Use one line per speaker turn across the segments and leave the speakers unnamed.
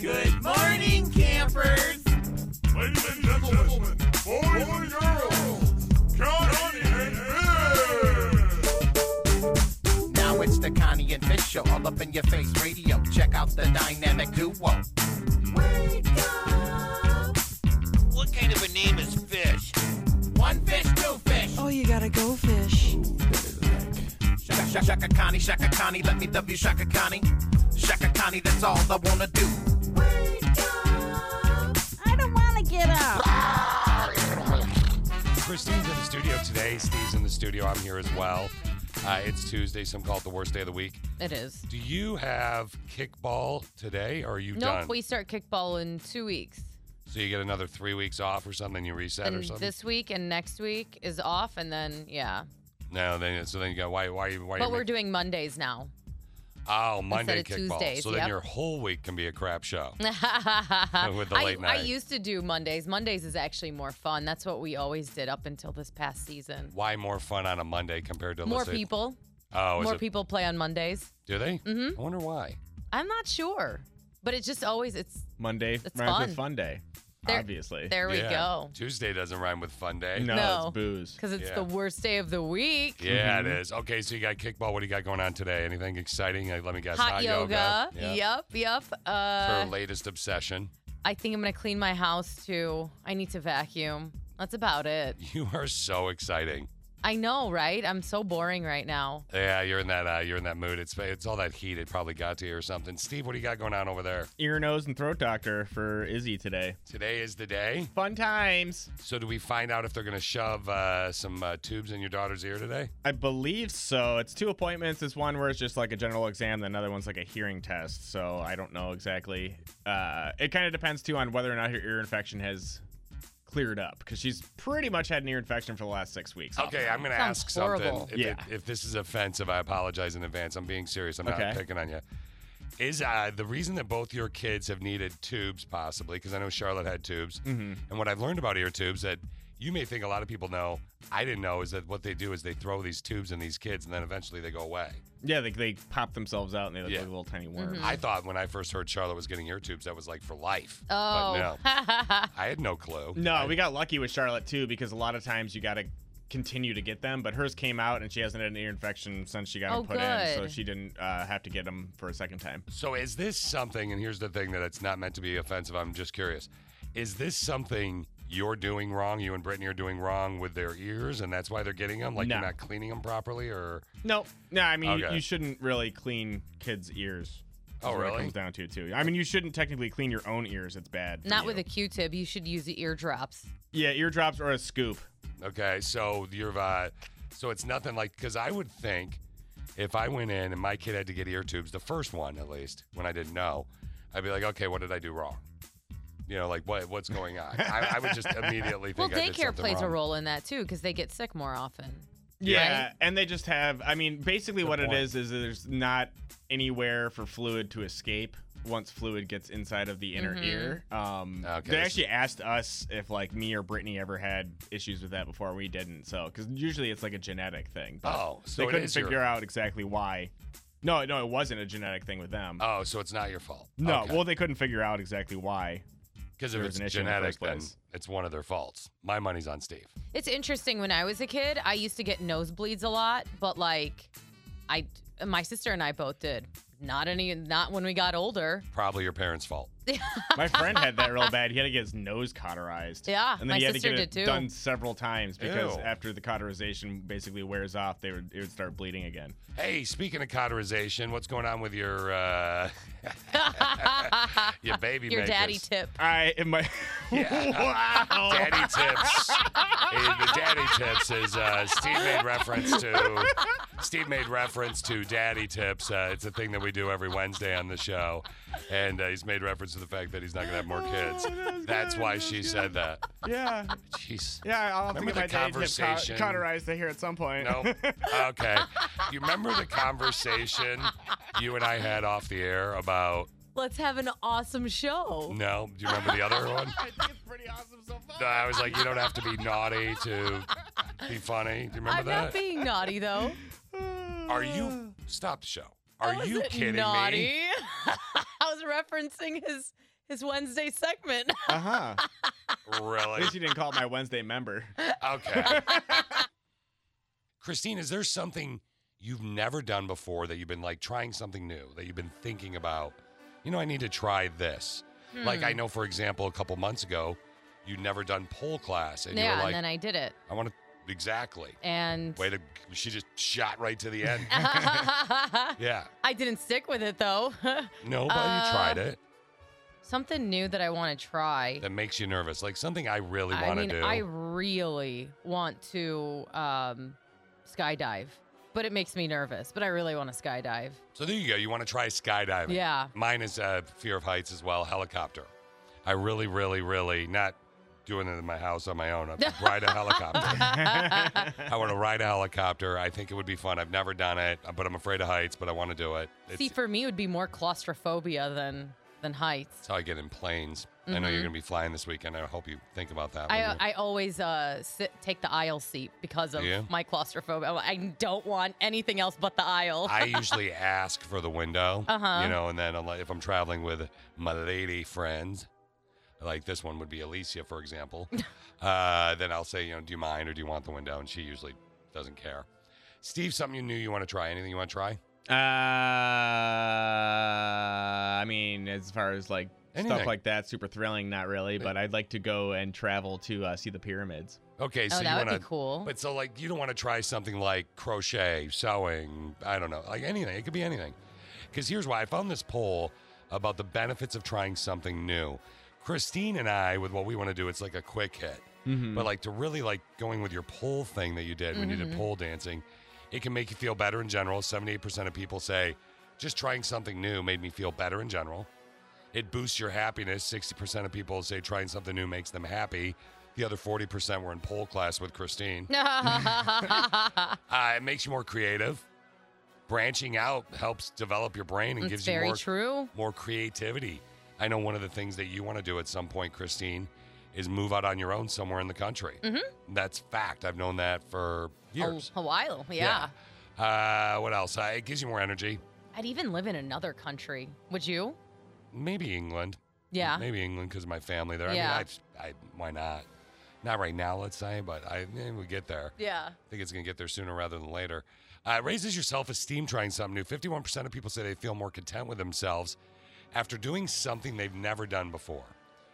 Good morning, campers.
Ladies and gentlemen, boys and girls, Johnny and Bill!
Now it's the Connie and Fish show, all up in your face radio. Check out the dynamic duo.
What kind of a name is Fish?
One fish, two fish.
Oh, you gotta go fish.
Shaka, shaka, shaka Connie, shaka Connie, let me W shaka Connie. Shaka Connie, that's all I wanna do.
I don't want to get up.
Christine's in the studio today. Steve's in the studio. I'm here as well. Uh, it's Tuesday. Some call it the worst day of the week.
It is.
Do you have kickball today, or are you
Nope,
done?
we start kickball in two weeks.
so you get another three weeks off or something? You reset or
And
something?
this week and next week is off, and then, yeah.
no. Then so then you go. Why? Why? Why?
But
you
we're
make-
doing Mondays now.
oh Monday
instead of
kickball.
Tuesdays,
so then
yep.
your whole week can be a crap show.
With
the late
I, I
night.
used to do Mondays. Mondays is actually more fun. That's what we always did up until this past season.
Why more fun on a Monday compared to
More
let's say-
people.
Oh, is
More
it,
people play on Mondays.
Do they? Mm-hmm. I wonder why.
I'm not sure. But it just always it's
Monday
It's
rhymes
fun.
with fun day.
There-
obviously.
there we
Yeah.
go.
Tuesday doesn't rhyme with fun day.
no,
No.
it's booze.
Because it's
Yeah.
the worst day of the week.
Yeah,
Mm-hmm.
it is. Okay, so you got kickball. What do you got going on today? Anything exciting? Uh, Let me guess.
Hot, yoga.
Yeah.
Yep, yep.
Her
Uh,
latest obsession.
I think I'm gonna clean my house too. I need to vacuum. That's about it.
You are so exciting.
I know, right? I'm so boring right now.
Yeah, you're in that. Uh, you're in that mood. It's it's all that heat. It probably got to you or something. Steve, what do you got going on over there?
Ear, nose, and throat doctor for Izzy today.
Today is the day.
Fun times.
So do we find out if they're going to shove uh, some uh, tubes in your daughter's ear today?
I believe so. It's two appointments. It's one where it's just like a general exam, then another one's like a hearing test. So I don't know exactly. Uh, it kind of depends too on whether or not her ear infection has cleared up because she's pretty much had an ear infection for the last six weeks.
Okay, I'm going to
Sounds
ask
horrible.
something. If,
Yeah.
it- if this is offensive, I apologize in advance. I'm being serious. I'm not
Okay.
picking on you. Is uh, the reason that both your kids have needed tubes, possibly, because I know Charlotte had tubes.
Mhm.
And what I've learned about ear tubes that you may think a lot of people know, I didn't know, is that what they do is they throw these tubes in these kids and then eventually they go away.
Yeah, they, they pop themselves out and they look
Yeah.
like little tiny worms.
Mm-hmm.
I thought when I first heard Charlotte was getting ear tubes, that was like for life.
Oh.
But no, I had no clue.
No, we got lucky with Charlotte too because a lot of times you got to continue to get them, but hers came out and she hasn't had an ear infection since she got
Oh,
them put in, so
good.
she didn't uh, have to get them for a second time.
So is this something? And here's the thing that it's not meant to be offensive. I'm just curious. Is this something you're doing wrong? You and Brittany are doing wrong with their ears, and that's why they're getting them. Like you're
No.
not cleaning them properly, or
No, no, I mean you-
Okay.
you shouldn't really clean kids' ears. is
Oh,
what
really?
It comes down to too. I mean, you shouldn't technically clean your own ears. It's bad. for
Not
you.
with a Q-tip. You should use the eardrops.
yeah eardrops or a scoop.
okay. So you're uh, so it's nothing like because I would think if I went in and my kid had to get ear tubes, the first one at least when I didn't know, I'd be like, okay, what did I do wrong? You know, like what what's going on? I, I would just immediately
Well,
think. I did
daycare
something
plays a
wrong.
role in that too because they get sick more often.
Yeah, and they just have. I mean, basically
Good
what
point.
it is is there's not anywhere for fluid to escape once fluid gets inside of the inner
Mhm.
ear. Um,
Okay,
They
so-
actually asked us if like me or Brittany ever had issues with that before. We didn't, so because usually it's like a genetic thing. But
Oh, so
they
it
couldn't
is your-
figure out exactly why. No, no, it wasn't a genetic thing with them.
Oh, so it's not your fault.
no,
Okay.
well they couldn't figure out exactly why.
Because if
there
it's
was an issue in the
genetic,
first
then
place.
it's one of their faults. My money's on Steve.
It's interesting. When I was a kid, I used to get nosebleeds a lot, but like, I my sister and I both did. Not any. Not when we got older.
Probably your parents' fault.
My friend had that real bad. He had to get his nose cauterized.
Yeah,
and then
Ah, my
he had
sister
to get
did
it
too.
done several times because
Ew.
after the cauterization basically wears off, they would it would start bleeding again.
Hey, speaking of cauterization, what's going on with your uh, your baby?
Your daddy
makers?
tip.
I am my
Yeah.
wow.
Daddy tips. Hey, the daddy tips is uh, Steve made reference to. Steve made reference to daddy tips. Uh, it's a thing that we do every Wednesday on the show, and uh, he's made reference to the fact that he's not gonna have more kids.
Oh, that was
That's
good,
why
that was
she
good.
said that.
Yeah,
Jeez.
yeah. I'll have
Remember
to
the
get my daddy tip cau-
conversation?
cauterized here at some point.
No. Okay. You remember the conversation you and I had off the air about
let's have an awesome show.
No, do you remember the other one?
it's pretty awesome so far.
No, I was like, you don't have to be naughty to be funny. Do you remember
I'm not
that?
being naughty though.
Are you stop the show?
I
Are you
wasn't
kidding
naughty.
me?
I was referencing his his Wednesday segment.
Uh huh. At
Really?
least you didn't call it my Wednesday member.
Okay. Christine, is there something you've never done before that you've been like trying something new that you've been thinking about? You know, I need to try this. Like
Hmm.
I know, for example, a couple months ago, you'd never done pole class, and you
yeah,
were
and
like,
then I did it.
I, want to exactly.
And
Way to she just shot right to the end. yeah.
I didn't stick with it though.
No, but
Uh,
you tried it.
Something new that I want to try.
That makes you nervous. Like something I really
I
want
mean,
to do.
I really want to um, skydive, but it makes me nervous. But I really want to skydive.
So there you go. You want to try skydiving?
Yeah.
Mine is uh, fear of heights as well. Helicopter. I really, really, really not doing it in my house on my own. I ride a helicopter. I want to ride a helicopter. I think it would be fun. I've never done it, but I'm afraid of heights. But I want to do it. It's,
See, for me, it would be more claustrophobia than than heights.
it's how I get in planes. I know you're going to be flying this weekend. I hope you think about that. when
Mm-hmm. I,
you-
I always uh, sit, take the aisle seat because of
Yeah.
my claustrophobia. I don't want anything else but the aisle.
I usually ask for the window,
Uh-huh.
you know, and then I'm like- if I'm traveling with my lady friends, like this one would be Alicia, for example, uh, then I'll say, you know, do you mind or do you want the window? And she usually doesn't care. Steve, something you knew you want to try? Anything you want to try?
Uh, I mean, as far as like
Anything.
stuff like that, super thrilling, not really. But I'd like to go and travel to uh, see the pyramids.
Okay,
oh,
so you
that would
want to.
be cool.
But so, like, you don't want to try something like crochet, sewing, I don't know, like anything. It could be anything. Because here's why I found this poll about the benefits of trying something new. Christine and I, with what we want to do, it's like a quick hit. But like to really like going with your pole thing that you did when you did pole dancing, it can make you feel better in general. 78% of people say just trying something new made me feel better in general. It boosts your happiness. 60% of people say trying something new makes them happy. The other 40% were in pole class with Christine. Uh, it makes you more creative. Branching out helps develop your brain and
it's
gives you
very
more,
true.
more creativity. I know one of the things that you want to do at some point, Christine, is move out on your own somewhere in the country.
Mm-hmm.
That's fact. I've known that for years.
A, a while, Oh, yeah.
Yeah. Uh, what else? Uh, it gives you more energy.
I'd even live in another country. Would you?
Maybe England.
Yeah.
Maybe England because of my family there.
Yeah.
I mean, I've, I, why not? Not right now, let's say, but I eh, we get there.
Yeah.
I think it's going to get there sooner rather than later. Uh, it raises your self esteem trying something new. 51% of people say they feel more content with themselves after doing something they've never done before.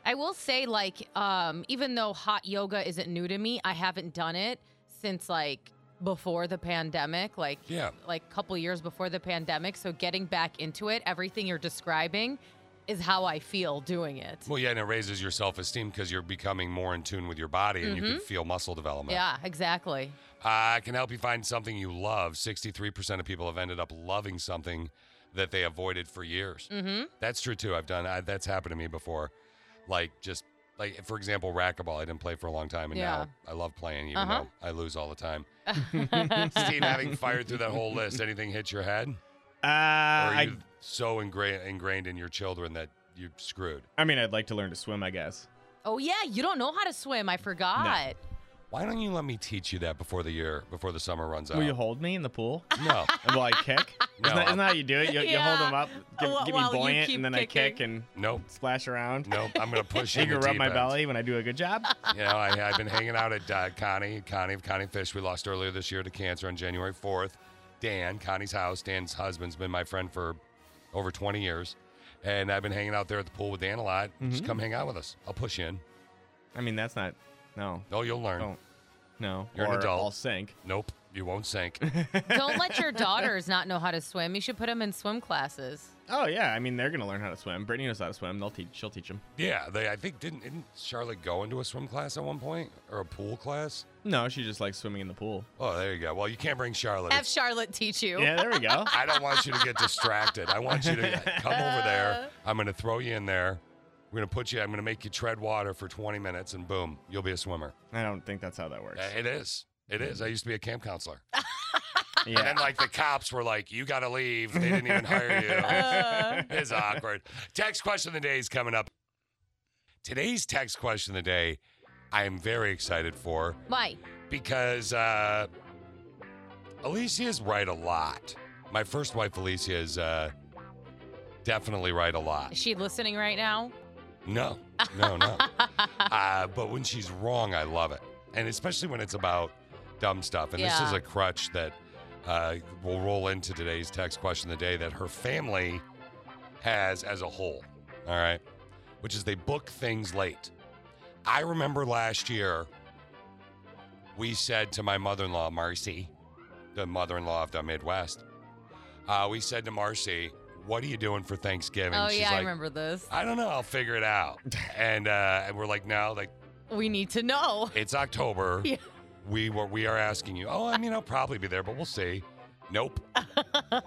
I will say, like, um, even though hot yoga isn't new to me, I haven't done it since like before the pandemic, like
Yeah.
like a couple years before the pandemic. So getting back into it, everything you're describing is how I feel doing it.
Well, yeah, and it raises your self esteem because you're becoming more in tune with your body and you can feel muscle development.
Mm-hmm. Yeah, exactly.
Uh, it can help you find something you love. 63% of people have ended up loving something that they avoided for years. Mm-hmm. That's true too. I've done I, that's happened to me before. Like just like for example, racquetball. I didn't play for a long time, and now I love playing, even
Uh-huh.
though I lose all the time.
Mm-hmm.
Steve, having fired through that whole list, anything hit your head?
Uh,
Or are
I,
you so ingra- ingrained in your children that you're screwed?
I mean, I'd like to learn to swim, I guess.
Oh yeah, you don't know how to swim. I forgot.
Why don't you let me teach you that before the year, before the summer runs out?
Will you hold me in the pool?
no.
Will I kick?
No,
isn't, that, isn't
I'm-
that how you do it? You, you hold
Yeah.
them up, give,
Wh-
give me
while you
buoyant,
keep
and then I kick
kicking.
and
Nope.
splash around.
Nope. I'm going to push you.
You
in
can
the
rub
deep
my
end.
belly when I do a good job.
you know, I, I've been hanging out at uh, Connie, Connie of Connie Fish. We lost earlier this year to cancer on January 4th. Dan, Connie's house, Dan's husband's been my friend for over 20 years. And I've been hanging out there at the pool with Dan a lot. Just come hang out with us. I'll push you in.
I mean, that's not. No,
Oh, you'll learn.
don't. No,
You're an
or
adult.
I'll sink.
Nope, you won't sink.
don't let your daughters not know how to swim. You should put them in swim classes.
Oh yeah, I mean they're gonna learn how to swim. Brittany knows how to swim. They'll teach. She'll teach them.
yeah, they. I think didn't didn't Charlotte go into a swim class at one point or a pool class?
No, she just likes swimming in the pool.
Oh, there you go. Well, you can't bring Charlotte.
Have
It's-
Charlotte teach you.
Yeah, there we go.
I don't want you to get distracted. I want you to come over there. I'm going to throw you in there. We're going to put you, I'm going to make you tread water for 20 minutes and boom, you'll be a swimmer.
I don't think that's how that works.
Uh, It is. It is. I used to be a camp counselor. And
Yeah.
then like the cops were like, "You got to leave. They didn't even hire
Uh.
you." it's awkward. Text question of the day is coming up. Today's text question of the day, I am very excited for
Why?
because uh, Alicia is right a lot. My first wife, Alicia, is uh, definitely right a
Is
lot.
she listening right now?
No, no, no. uh, but when she's wrong, I love it, and especially when it's about dumb stuff. And this
Yeah.
is a crutch that uh, will roll into today's text question of the day that her family has as a whole. All right, which is they book things late. I remember last year we said to my mother-in-law Marcy, the mother-in-law of the Midwest, uh, we said to Marcy, "What are you doing for Thanksgiving?"
oh
She's
yeah, I
like,
remember this.
I don't know. I'll figure it out. And uh, and we're like, no, like
We need to know.
it's October.
Yeah.
We were we are asking you. Oh, I mean, I'll probably be there, but we'll see. Nope.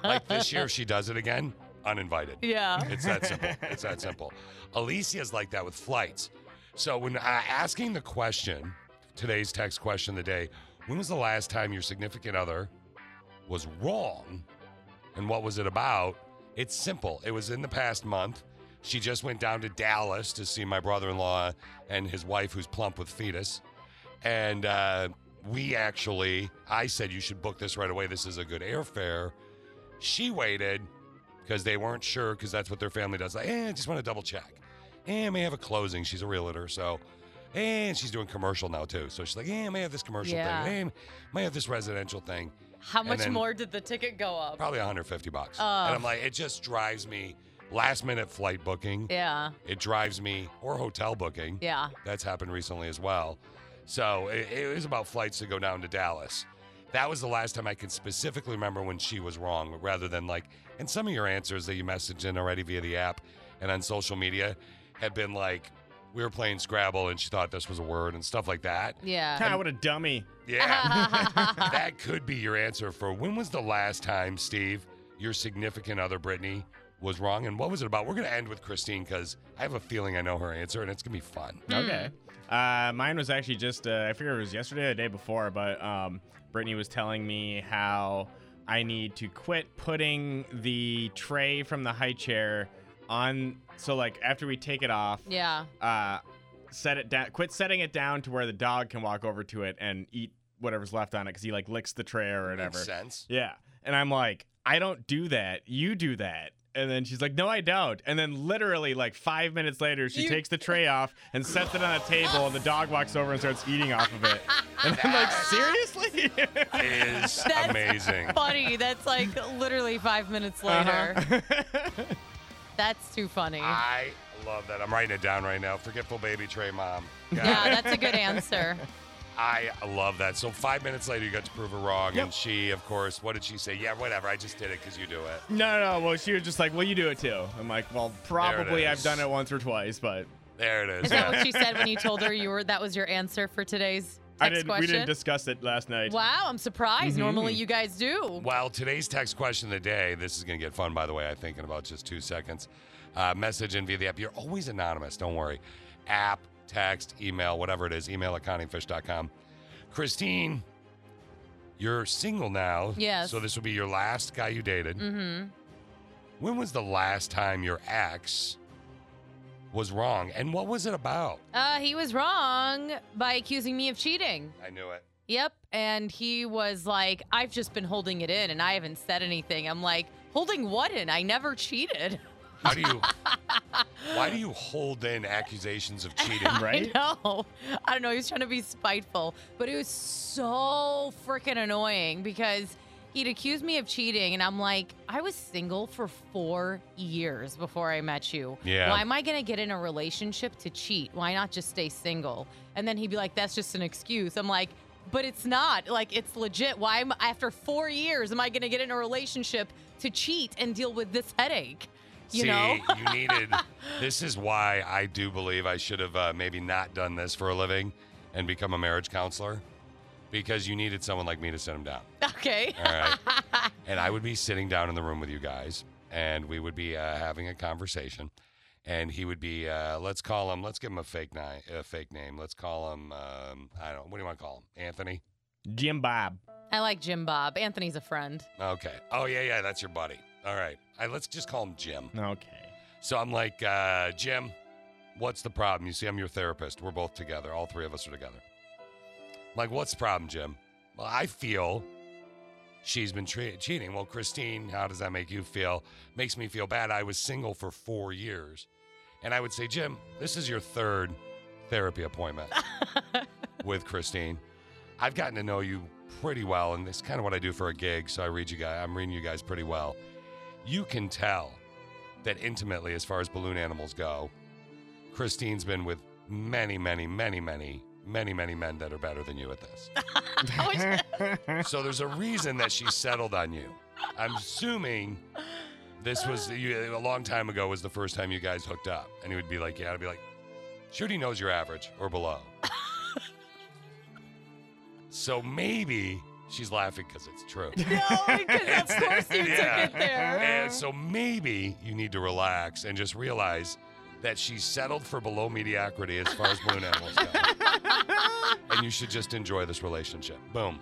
like this year, if she does it again, uninvited.
Yeah.
It's that simple. It's that simple. Alicia's like that with flights. So when uh, asking the question, today's text question of the day, when was the last time your significant other was wrong and what was it about? It's simple. It was in the past month. She just went down to Dallas to see my brother-in-law and his wife who's plump with fetus. And uh, we actually, I said you should book this right away. This is a good airfare. She waited because they weren't sure because that's what their family does. Like, eh, I just want to double check. Eh, I may have a closing. She's a realtor, so. And she's doing commercial now too. So she's like, eh, I may have this commercial
Yeah.
thing. Eh, may have this residential thing.
How much
then-
more did the ticket go up?
Probably 150 bucks.
Ugh.
and I'm like, it just drives me last minute flight booking.
Yeah.
It drives me or hotel booking.
Yeah.
That's happened recently as well. So it, it was about flights to go down to Dallas. That was the last time I can specifically remember when she was wrong, rather than like, and some of your answers that you messaged in already via the app and on social media had been like, we were playing Scrabble and she thought this was a word and stuff like that.
Yeah.
God, what a dummy.
Yeah. that could be your answer for when was the last time, Steve, your significant other, Brittany, was wrong? And what was it about? We're going to end with Christine because I have a feeling I know her answer and it's going to be fun.
Okay. Uh, mine was actually just, uh, I figure it was yesterday or the day before, but um, Brittany was telling me how I need to quit putting the tray from the high chair on. So, like, after we take it off,
yeah.
uh, set it down, quit setting it down to where the dog can walk over to it and eat whatever's left on it because he, like, licks the tray or whatever.
Makes sense.
Yeah. And I'm like, I don't do that. You do that. And then she's like, No, I don't. And then literally, like five minutes later, she takes the tray off and sets it on a table, and the dog walks over and starts eating off of it. And I'm like, Seriously?
Is
That's
amazing.
Funny. That's like literally five minutes
Uh-huh.
later. That's too funny.
I love that. I'm writing it down right now. Forgetful baby tray mom. Got it.
yeah, that's a good answer.
I love that. So five minutes later, you got to prove her wrong.
Yep.
And she, of course, what did she say? Yeah, whatever. I just did it because you do it.
no, no, no. Well, she was just like, Well, you do it too. I'm like, Well, probably I've
is.
done it once or twice, but
There it is.
Is that what she said when you told her you were that was your answer for today's text
I didn't,
question?
we didn't Mm-hmm. discuss it last night.
wow, I'm surprised. Normally you guys do.
Well, today's text question of the day, this is going to get fun, by the way, I think in about just two seconds. Uh, message in via the app. You're always anonymous, don't worry. App, text, email, whatever it is, email at countingfish.com. Christine, you're single now.
Yes.
So this will be your last guy you dated.
Mm-hmm.
When was the last time your ex was wrong? And what was it about?
Uh, he was wrong by accusing me of cheating.
I knew it.
Yep. And he was like, I've just been holding it in and I haven't said anything. I'm like, holding what in? I never cheated.
How do you, why do you hold in accusations of cheating?
Right?
I know. I don't know. He was trying to be spiteful, but it was so freaking annoying because he'd accuse me of cheating, and I'm like, I was single for four years before I met you.
Yeah.
Why am I gonna get in a relationship to cheat? Why not just stay single? And then he'd be like, That's just an excuse. I'm like. But it's not like it's legit. Why am after four years am I going to get in a relationship to cheat and deal with this headache? You
See,
know,
you needed. This is why I do believe I should have uh, maybe not done this for a living and become a marriage counselor because you needed someone like me to sit him down.
okay.
All right. and I would be sitting down in the room with you guys and we would be uh, having a conversation. And he would be, uh, let's call him, let's give him a fake, ni- a fake name. Let's call him, um, I don't know, what do you want to call him? Anthony?
Jim Bob.
I like Jim Bob. Anthony's a friend.
Okay. Oh yeah, yeah, that's your buddy. All right. All right let's just call him Jim.
Okay.
So I'm like, uh, Jim, what's the problem? You see, I'm your therapist. We're both together. All three of us are together. I'm like, what's the problem, Jim? Well, I feel she's been tre- cheating. Well, Christine, how does that make you feel? Makes me feel bad. I was single for four years. And I would say, Jim, this is your third therapy appointment with Christine. I've gotten to know you pretty well, and it's kind of what I do for a gig. So I read you guys, I'm reading you guys pretty well. You can tell that intimately, as far as balloon animals go, Christine's been with many, many, many, many, many, many men that are better than you at this. so there's a reason that she settled on you. I'm assuming this was you, a long time ago was the first time you guys hooked up, and he would be like, "Yeah," I'd be like, "Shooty knows your average or below." so maybe she's laughing because it's true.
No, because of course you
Yeah.
took it there.
And so maybe you need to relax and just realize that she settled for below mediocrity as far as balloon animals go. and you should just enjoy this relationship. Boom.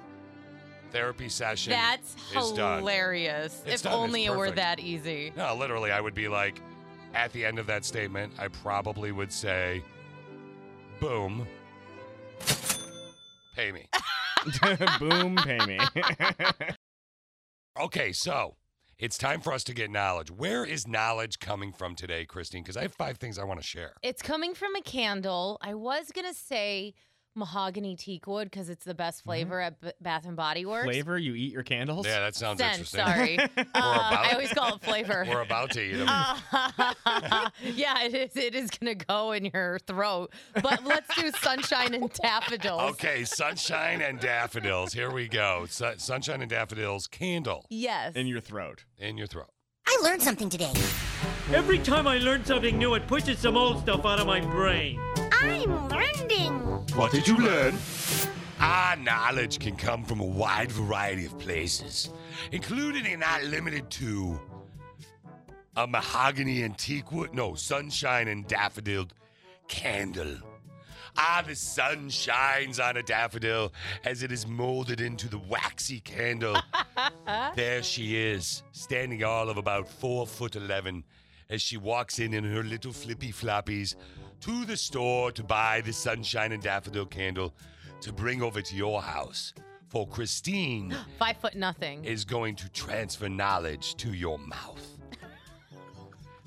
Therapy session.
That's
is done.
hilarious.
It's
if
done. It's
only it were
perfect.
that easy.
No, literally, I would be like, at the end of that statement, I probably would say, boom, pay me.
Boom, pay me.
Okay, so it's time for us to get knowledge. Where is knowledge coming from today, Christine? Because I have five things I want to share.
It's coming from a candle. I was gonna say mahogany teak wood because it's the best flavor at B- Bath and Body Works.
Flavor, you eat your candles?
Yeah, that sounds
Scent,
interesting.
sorry. Uh,
about-
I always call it flavor.
We're about to eat them.
Uh, yeah, it is. It is gonna go in your throat. But let's do sunshine and daffodils.
Okay, sunshine and daffodils. Here we go. Su- sunshine and daffodils candle
Yes.
In your throat.
in your throat.
I learned something today.
Every time I learn something new, it pushes some old stuff out of my brain.
I'm learning.
What did you learn? Ah, knowledge can come from a wide variety of places, including and not limited to a mahogany and teak wood, no, sunshine and daffodil candle. Ah, the sun shines on a daffodil as it is molded into the waxy candle. there she is, standing all of about four foot eleven, as she walks in in her little flippy floppies to the store to buy the sunshine and daffodil candle to bring over to your house. For Christine
Five foot nothing.
is going to transfer knowledge to your mouth.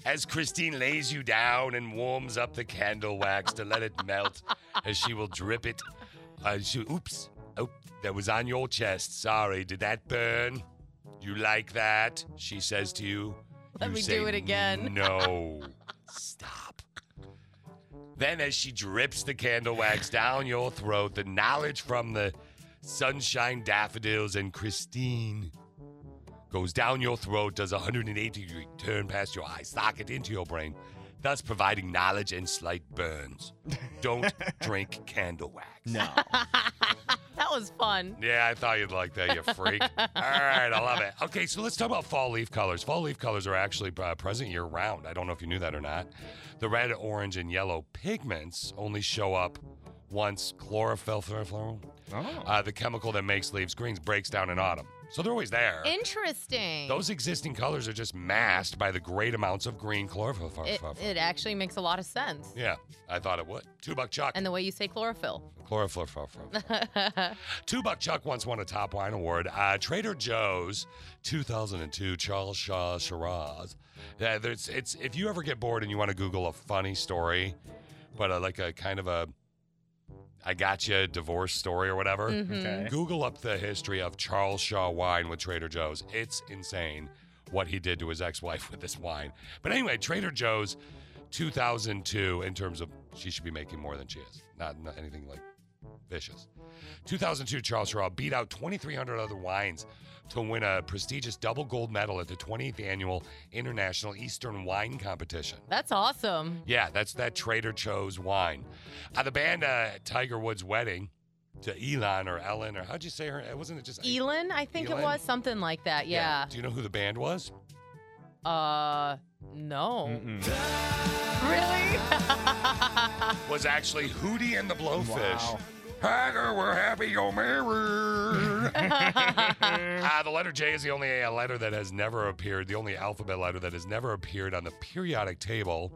As Christine lays you down and warms up the candle wax to let it melt, as she will drip it. Uh, she, oops, oh, that was on your chest. Sorry, did that burn? You like that? She says to you.
Let
You
me do
say,
it again.
No, stop. Then, as she drips the candle wax down your throat, the knowledge from the sunshine daffodils and Christine goes down your throat, does a 180 degree turn past your eye socket into your brain, thus providing knowledge and slight burns. Don't drink candle wax.
No.
that was fun.
Yeah, I thought you'd like that, you freak. All right, I love it. Okay, so let's talk about fall leaf colors. Fall leaf colors are actually uh, present year round. I don't know if you knew that or not. The red, orange, and yellow pigments only show up once chlorophyll, chlorophyll
Oh.
uh, the chemical that makes leaves greens, breaks down in autumn. So they're always there.
Interesting.
Those existing colors are just masked by the great amounts of green chlorophyll.
it, it actually makes a lot of sense.
yeah, I thought it would. Two buck chuck.
And the way you say chlorophyll.
Chlorophyll. Two Buck Chuck once won a top wine award. Uh, Trader Joe's 2002 Charles Shaw Shiraz. Uh, there's, it's if you ever get bored and you want to Google a funny story, but uh like a kind of a I got you divorce story or whatever.
Mm-hmm.
Okay.
Google up the history of Charles Shaw wine with Trader Joe's. It's insane what he did to his ex-wife with this wine. But anyway, Trader Joe's 2002 in terms of she should be making more than she is. Not, not anything like vicious. 2002 Charles Shaw beat out 2,300 other wines to win a prestigious double gold medal at the 20th annual International Eastern Wine Competition.
That's awesome.
Yeah, that's that Trader Joe's wine. Uh, the band uh, Tiger Woods' wedding to Elon or Ellen or how'd you say her? Wasn't it just
Elon, I think
Elon?
it was something like that. Yeah.
Do you know who the band was?
Uh, no.
Mm-mm.
Really?
Was actually Hootie and the Blowfish.
Wow.
Hacker, we're happy you're married. uh, the letter J is the only uh, letter that has never appeared, the only alphabet letter that has never appeared on the periodic table.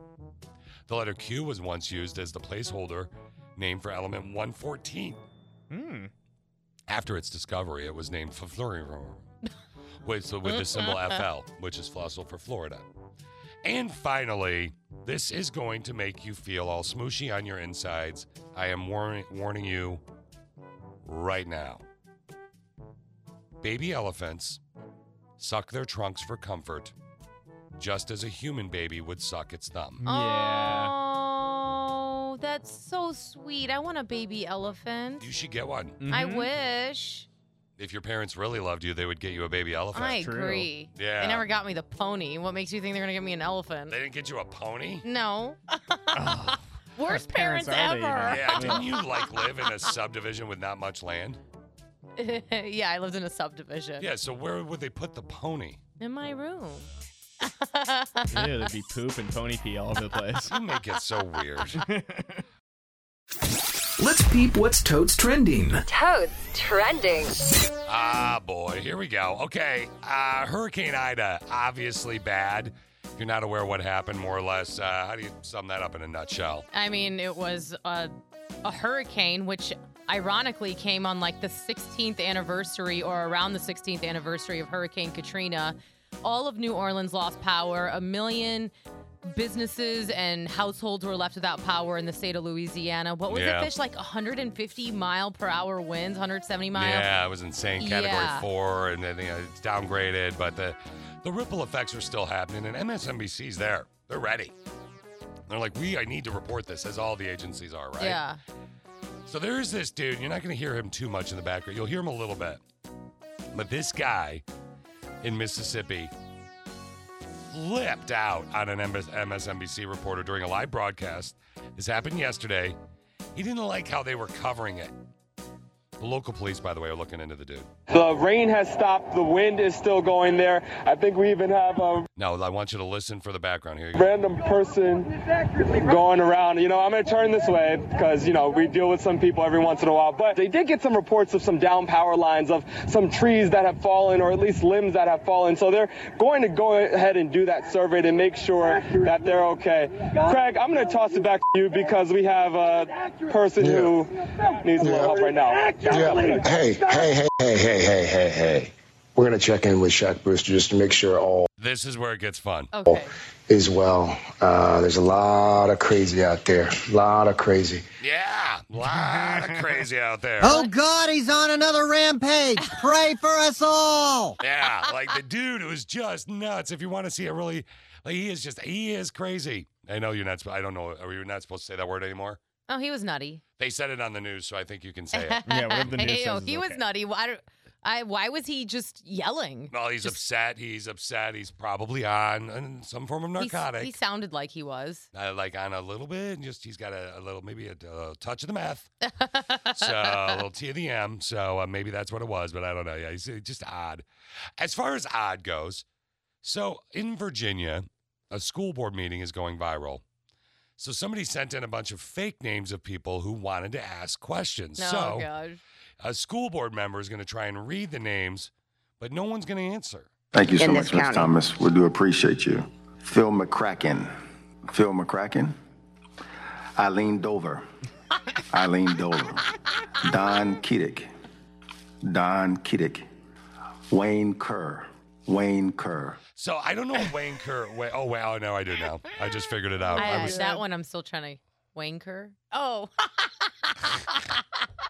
The letter Q was once used as the placeholder name for element 114.
Hmm.
After its discovery, it was named Florirum, with, so with the symbol FL, which is fossil for Florida. And finally, this is going to make you feel all smooshy on your insides. I am warning, warning you right now. Baby elephants suck their trunks for comfort, just as a human baby would suck its thumb.
Yeah.
Oh, that's so sweet. I want a baby elephant.
You should get one.
I
Mhm.
wish.
If your parents really loved you, they would get you a baby elephant.
I
true.
agree.
Yeah.
They never got me the pony. What makes you think they're going to give me an elephant?
They didn't get you a pony?
no.
Ugh.
Worst parents,
parents are they
ever.
Yeah, didn't you like live in a subdivision with not much land?
Yeah. I lived in a subdivision.
Yeah, so where would they put the pony?
In my room.
Ew, there'd be poop and pony pee all over the place.
You make it so weird.
Let's peep what's totes trending.
Toads trending.
Ah, boy, here we go. Okay, uh, Hurricane Ida, obviously bad. If you're not aware what happened, more or less, uh, how do you sum that up in a nutshell?
I mean, it was a, a hurricane, which ironically came on like the 16th anniversary or around the 16th anniversary of Hurricane Katrina. All of New Orleans lost power. A million businesses and households were left without power in the state of Louisiana. What was
Yeah.
it, Fish? Like 150 mile per hour winds, 170 mile?
Yeah, it was insane. Category
Yeah.
four, and then you know, it's downgraded, but the the ripple effects are still happening, and MSNBC's there. They're ready. They're like, we I need to report this, as all the agencies are, right?
Yeah.
So there's this dude. You're not going to hear him too much in the background. You'll hear him a little bit. But this guy in Mississippi flipped out on an MS- MSNBC reporter during a live broadcast. This happened yesterday. He didn't like how they were covering it. The local police, by the way, are looking into the dude.
The rain has stopped. The wind is still going there. I think we even have a
Now, I want you to listen for the background. Here you go.
random person going around. You know, I'm going to turn this way because, you know, we deal with some people every once in a while. But they did get some reports of some down power lines, of some trees that have fallen, or at least limbs that have fallen. So they're going to go ahead and do that survey to make sure that they're okay. Craig, I'm going to toss it back to you because we have a person who needs a little help right now.
Hey, hey, hey, hey, hey, hey, hey, hey. We're going to check in with Shaq Brewster just to make sure all
This is where it gets fun.
Okay.
is well. Uh, there's a lot of crazy out there. A lot of crazy.
Yeah, a lot of crazy out there.
Oh God, he's on another rampage. Pray for us all.
Yeah, like the dude was just nuts. If you want to see a really, like he is just he is crazy. I know you're not. sp- I don't know. Are you not supposed to say that word anymore?
Oh, he was nutty.
They said it on the news, so I think you can say it.
Yeah, whatever the news
Ew,
says is
he was
okay.
nutty. Why, do- I, why was he just yelling?
Well, he's upset. He's upset. He's probably on uh, some form of
He s-
narcotic,
He, sounded like he was.
uh, like on a little bit. Just he's got a, a little, maybe a, a touch of the meth, so a little T of the M. So uh, maybe that's what it was, but I don't know. Yeah, he's uh, just odd. As far as odd goes, so in Virginia, a school board meeting is going viral. So somebody sent in a bunch of fake names of people who wanted to ask questions.
No, oh
so
gosh.
a school board member is going to try and read the names, but no one's going to answer.
Thank you
so In this much, Miss county.
Thomas. We do appreciate you. Phil McCracken. Phil McCracken. Eileen Dover. Eileen Dover. Don Kiddick. Don Kiddick. Wayne Kerr. Wayne Kerr.
So I don't know if Wayne Kerr. Wait, oh wow, no, I do now. I just figured it out. I
I-
was,
that one I'm still trying to wanker. Oh.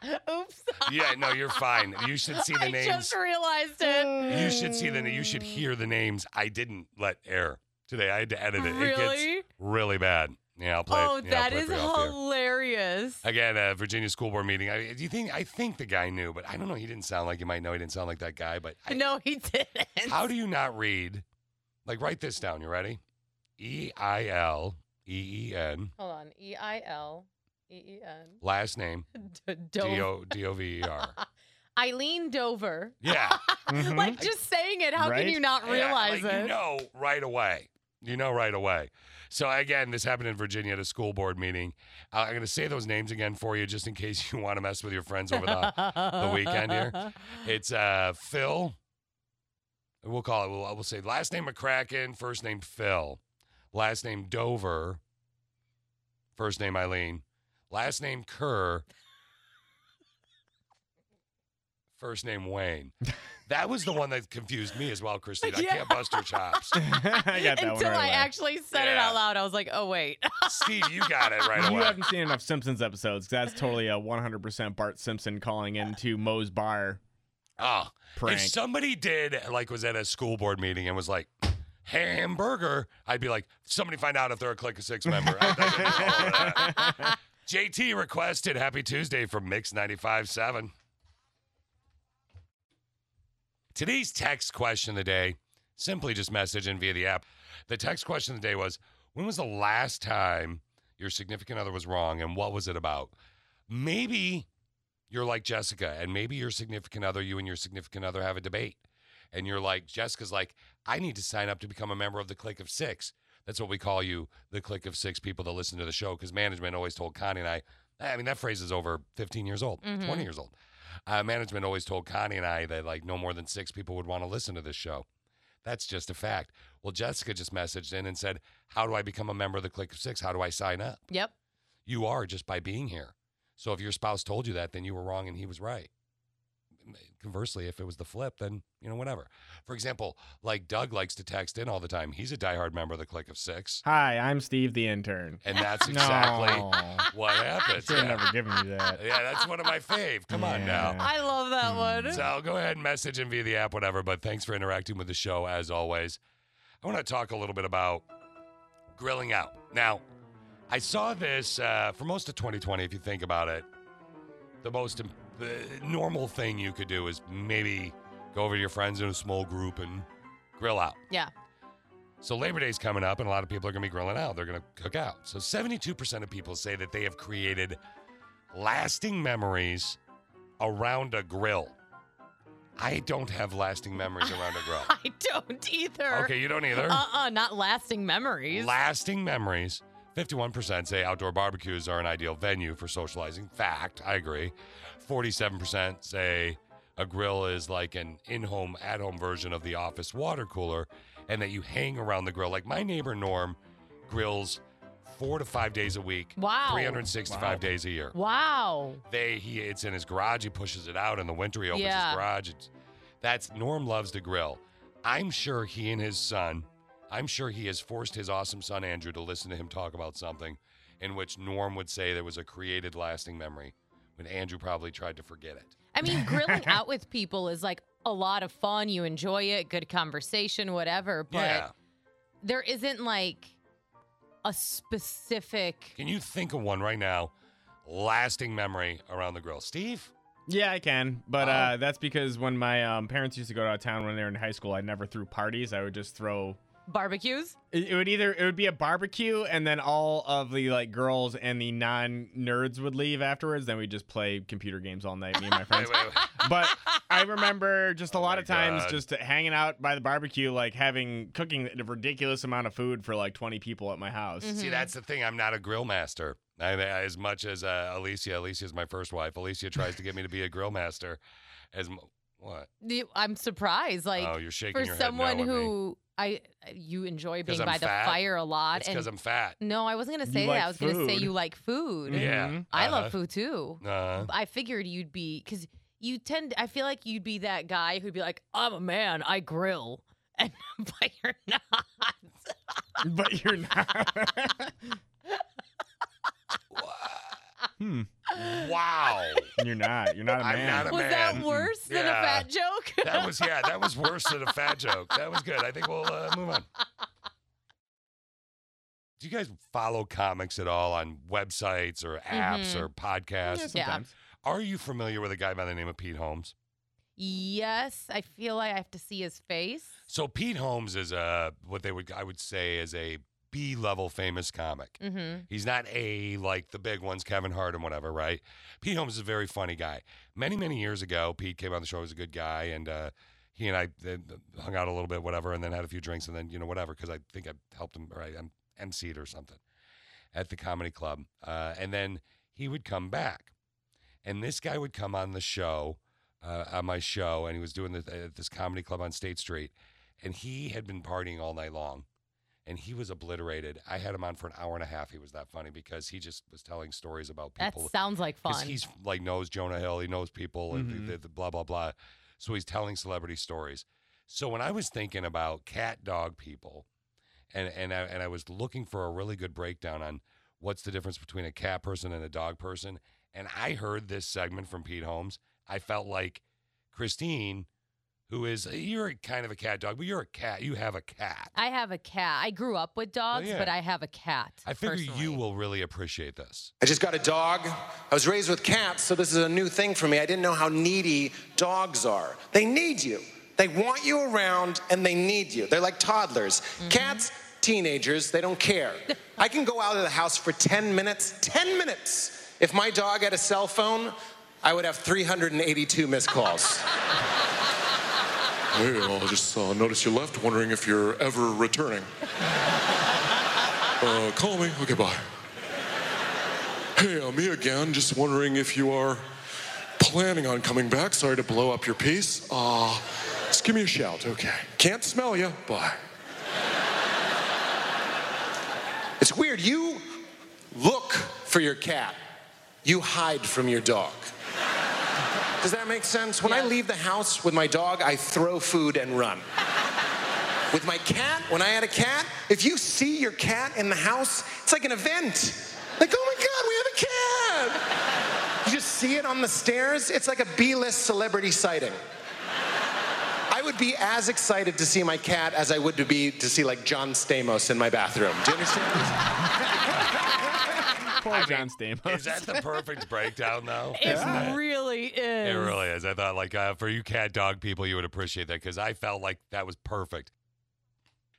Oops.
yeah, no, you're fine. You should see the
I
names.
just realized it.
You should see the. You should hear the names. I didn't let air today. I had to edit it. It
Really?
gets really bad. Yeah, I'll play.
oh,
it. Yeah, I'll
that
play it
is
for you off the air.
hilarious.
Again, uh, Virginia school board meeting. I, do you think? I think the guy knew, but I don't know. He didn't sound like you might know. He didn't sound like that guy. But I,
no, he didn't.
How do you not read? Like, write this down. You ready? E I L E E N,
Hold on. E I L E E N.
last name,
D-
D
Dover.
O D O V E R.
Eileen Dover.
Yeah.
like just saying it, how
Right?
can you not
Mm-hmm. Yeah,
realize
like,
it?
You know right away. You know right away. So again, this happened in Virginia at a school board meeting. Uh, I'm going to say those names again for you, just in case you want to mess with your friends over the, the weekend here. It's uh, Phil. We'll call it. We'll, we'll say last name McCracken, first name Phil, last name Dover, first name Eileen, last name Kerr, first name Wayne. That was the one that confused me as well, Christine. I
Yeah.
can't bust her chops.
I got that one
Until
right
I
away.
actually said it
Yeah.
out loud, I was like, oh, wait.
Steve, you got it right
you
away.
haven't seen enough Simpsons episodes. 'cause That's totally a 100% Bart Simpson calling into Moe's bar.
Oh,
Prank.
if somebody did like was at a school board meeting and was like hamburger, I'd be like, somebody find out if they're a click of six member. I- I didn't know that. JT requested Happy Tuesday from Mix 95.7. Today's text question of the day, simply just message in via the app. The text question of the day was When was the last time your significant other was wrong and what was it about? Maybe you're like Jessica, and maybe your significant other, you and your significant other have a debate. And you're like, Jessica's like, I need to sign up to become a member of the Click of Six. That's what we call you, the Click of Six people that listen to the show, because management always told Connie and I, I mean, that phrase is over 15 years old,
Mhm.
20 years old. Uh, management always told Connie and I that like no more than six people would want to listen to this show. That's just a fact. Well, Jessica just messaged in and said, How do I become a member of the Click of Six? How do I sign up?
Yep.
you are just by being here. So if your spouse told you that, then you were wrong and he was right. Conversely, if it was the flip, then you know whatever. For example, like Doug likes to text in all the time. He's a diehard member of the Click of Six,
Hi, I'm Steve the intern.
and that's exactly
No.
what happens.
Should have
Yeah.
never given you that.
Yeah, that's one of my fave. Come on now.
I love that one.
Hmm, So go ahead and message him via the app, whatever. But thanks for interacting with the show as always. I want to talk a little bit about grilling out. Now, I saw this uh, for most of 2020. If you think about it, the most im- the normal thing you could do is maybe go over to your friends in a small group and grill out.
Yeah.
So Labor Day's coming up, and a lot of people are going to be grilling out. They're going to cook out. So 72% of people say that they have created lasting memories around a grill. I don't have lasting memories around a grill.
I don't either.
Okay, you don't either?
Uh uh not lasting memories.
Lasting memories. 51% say outdoor barbecues are an ideal venue for socializing. Fact, I agree. 47% say a grill is like an in home, at home version of the office water cooler and that you hang around the grill. Like my neighbor Norm grills four to five days a week,
Wow.
365
Wow.
days a year.
wow.
They he it's in his garage. He pushes it out in the winter. He opens
Yeah.
his garage. It's, that's Norm loves to grill. I'm sure he and his son. I'm sure he has forced his awesome son Andrew to listen to him talk about something in which Norm would say there was a created lasting memory when Andrew probably tried to forget it.
I mean, grilling out with people is like a lot of fun. You enjoy it, good conversation, whatever. But
yeah.
there isn't like a specific.
Can you think of one right now? Lasting memory around the grill. Steve?
Yeah, I can, but uh, that's because when my um, parents used to go out of town when they were in high school, I never threw parties. I would just throw.
Barbecues?
It it would either it would be a barbecue, and then all of the like girls and the non nerds would leave afterwards. Then we just play computer games all night, me and my friends. But I remember
Oh
just a lot of times
God.
just hanging out by the barbecue, like having cooking a ridiculous amount of food for like twenty people at my house.
Mm-hmm.
See, that's the thing. I'm not a grill master. I, I- as much as uh, Alicia, Alicia is my first wife. Alicia tries to get me to be a grill master. As m- what?
You- I'm surprised. Like,
Oh, you're shaking
for
your head no
someone
at me.
who I you enjoy
'Cause
being
I'm
by the
fat?
fire a lot.
It's
and-
because I'm fat.
No, I wasn't gonna
You
say
like
that. I was gonna say
food.
you like food.
Yeah.
Mm-hmm. I
Uh-huh.
love food too.
Uh,
I figured you'd be because you tend. I feel like you'd be that guy who'd be like, "I'm a man. I grill," and but you're not.
but you're not. hmm.
Uh-huh. Wow.
You're not. You're not a
I'm
man.
not a Was that man. worse than a Yeah. fat
joke?
that was yeah. That was worse than a fat joke. That was good. I think we'll uh, move on. Do you guys follow comics at all on websites or apps
Mhm.
or podcasts?
Yeah, sometimes.
Are you familiar with a guy by the name of Pete Holmes?
Yes, I feel like I have to see his face.
So Pete Holmes is a what they would I would say is a B level famous comic.
Mm-hmm.
He's not a like the big ones, Kevin Hart and whatever, right? Pete Holmes is a very funny guy. Many many years ago, Pete came on the show. He was a good guy, and uh, he and I uh, hung out a little bit, whatever, and then had a few drinks, and then you know whatever, because I think I helped him or I um, emceed or something at the comedy club, uh, and then he would come back, and this guy would come on the show, uh, on my show, and he was doing this at this comedy club on State Street, and he had been partying all night long, and he was obliterated. I had him on for an hour and a half. He was that funny because he just was telling stories about
That
people.
sounds like
'cause
fun.
He's like knows Jonah Hill. He knows people and
Mhm.
the, the blah blah blah. So he's telling celebrity stories. So when I was thinking about cat dog people, and and I, and I was looking for a really good breakdown on what's the difference between a cat person and a dog person, and I heard this segment from Pete Holmes. I felt like Christine, who is you're kind of a cat dog, but you're a cat. You have a cat.
I have a cat. I grew up with dogs,
Oh, yeah.
but I have a cat.
I figure you will really appreciate this.
I just got a dog. I was raised with cats, so this is a new thing for me. I didn't know how needy dogs are. They need you, they want you around, and they need you. They're like toddlers. Cats, teenagers, they don't care. I can go out of the house for 10 minutes. 10 minutes! If my dog had a cell phone, I would have 382 missed calls.
Hey, well, I just uh, noticed you left, wondering if you're ever returning. Uh, call me. Okay, bye. Hey, uh, me again. Just wondering if you are planning on coming back. Sorry to blow up your piece. Uh, just give me a shout. Okay. Can't smell you. Bye.
It's weird. You look for your cat, you hide from your dog. Does that make sense? When I leave the house with my dog, I throw food and run. with my cat, when I had a cat, if you see your cat in the house, it's like an event. Like, oh my God, we have a cat! you just see it on the stairs, it's like a B list celebrity sighting. I would be as excited to see my cat as I would to be to see like John Stamos in my bathroom. Do you understand?
Poor John Stamos.
Is that the perfect breakdown, though?
It
Isn't it?
really
It
is.
really is. I thought, like, uh, for you cat dog people, you would appreciate that because I felt like that was perfect.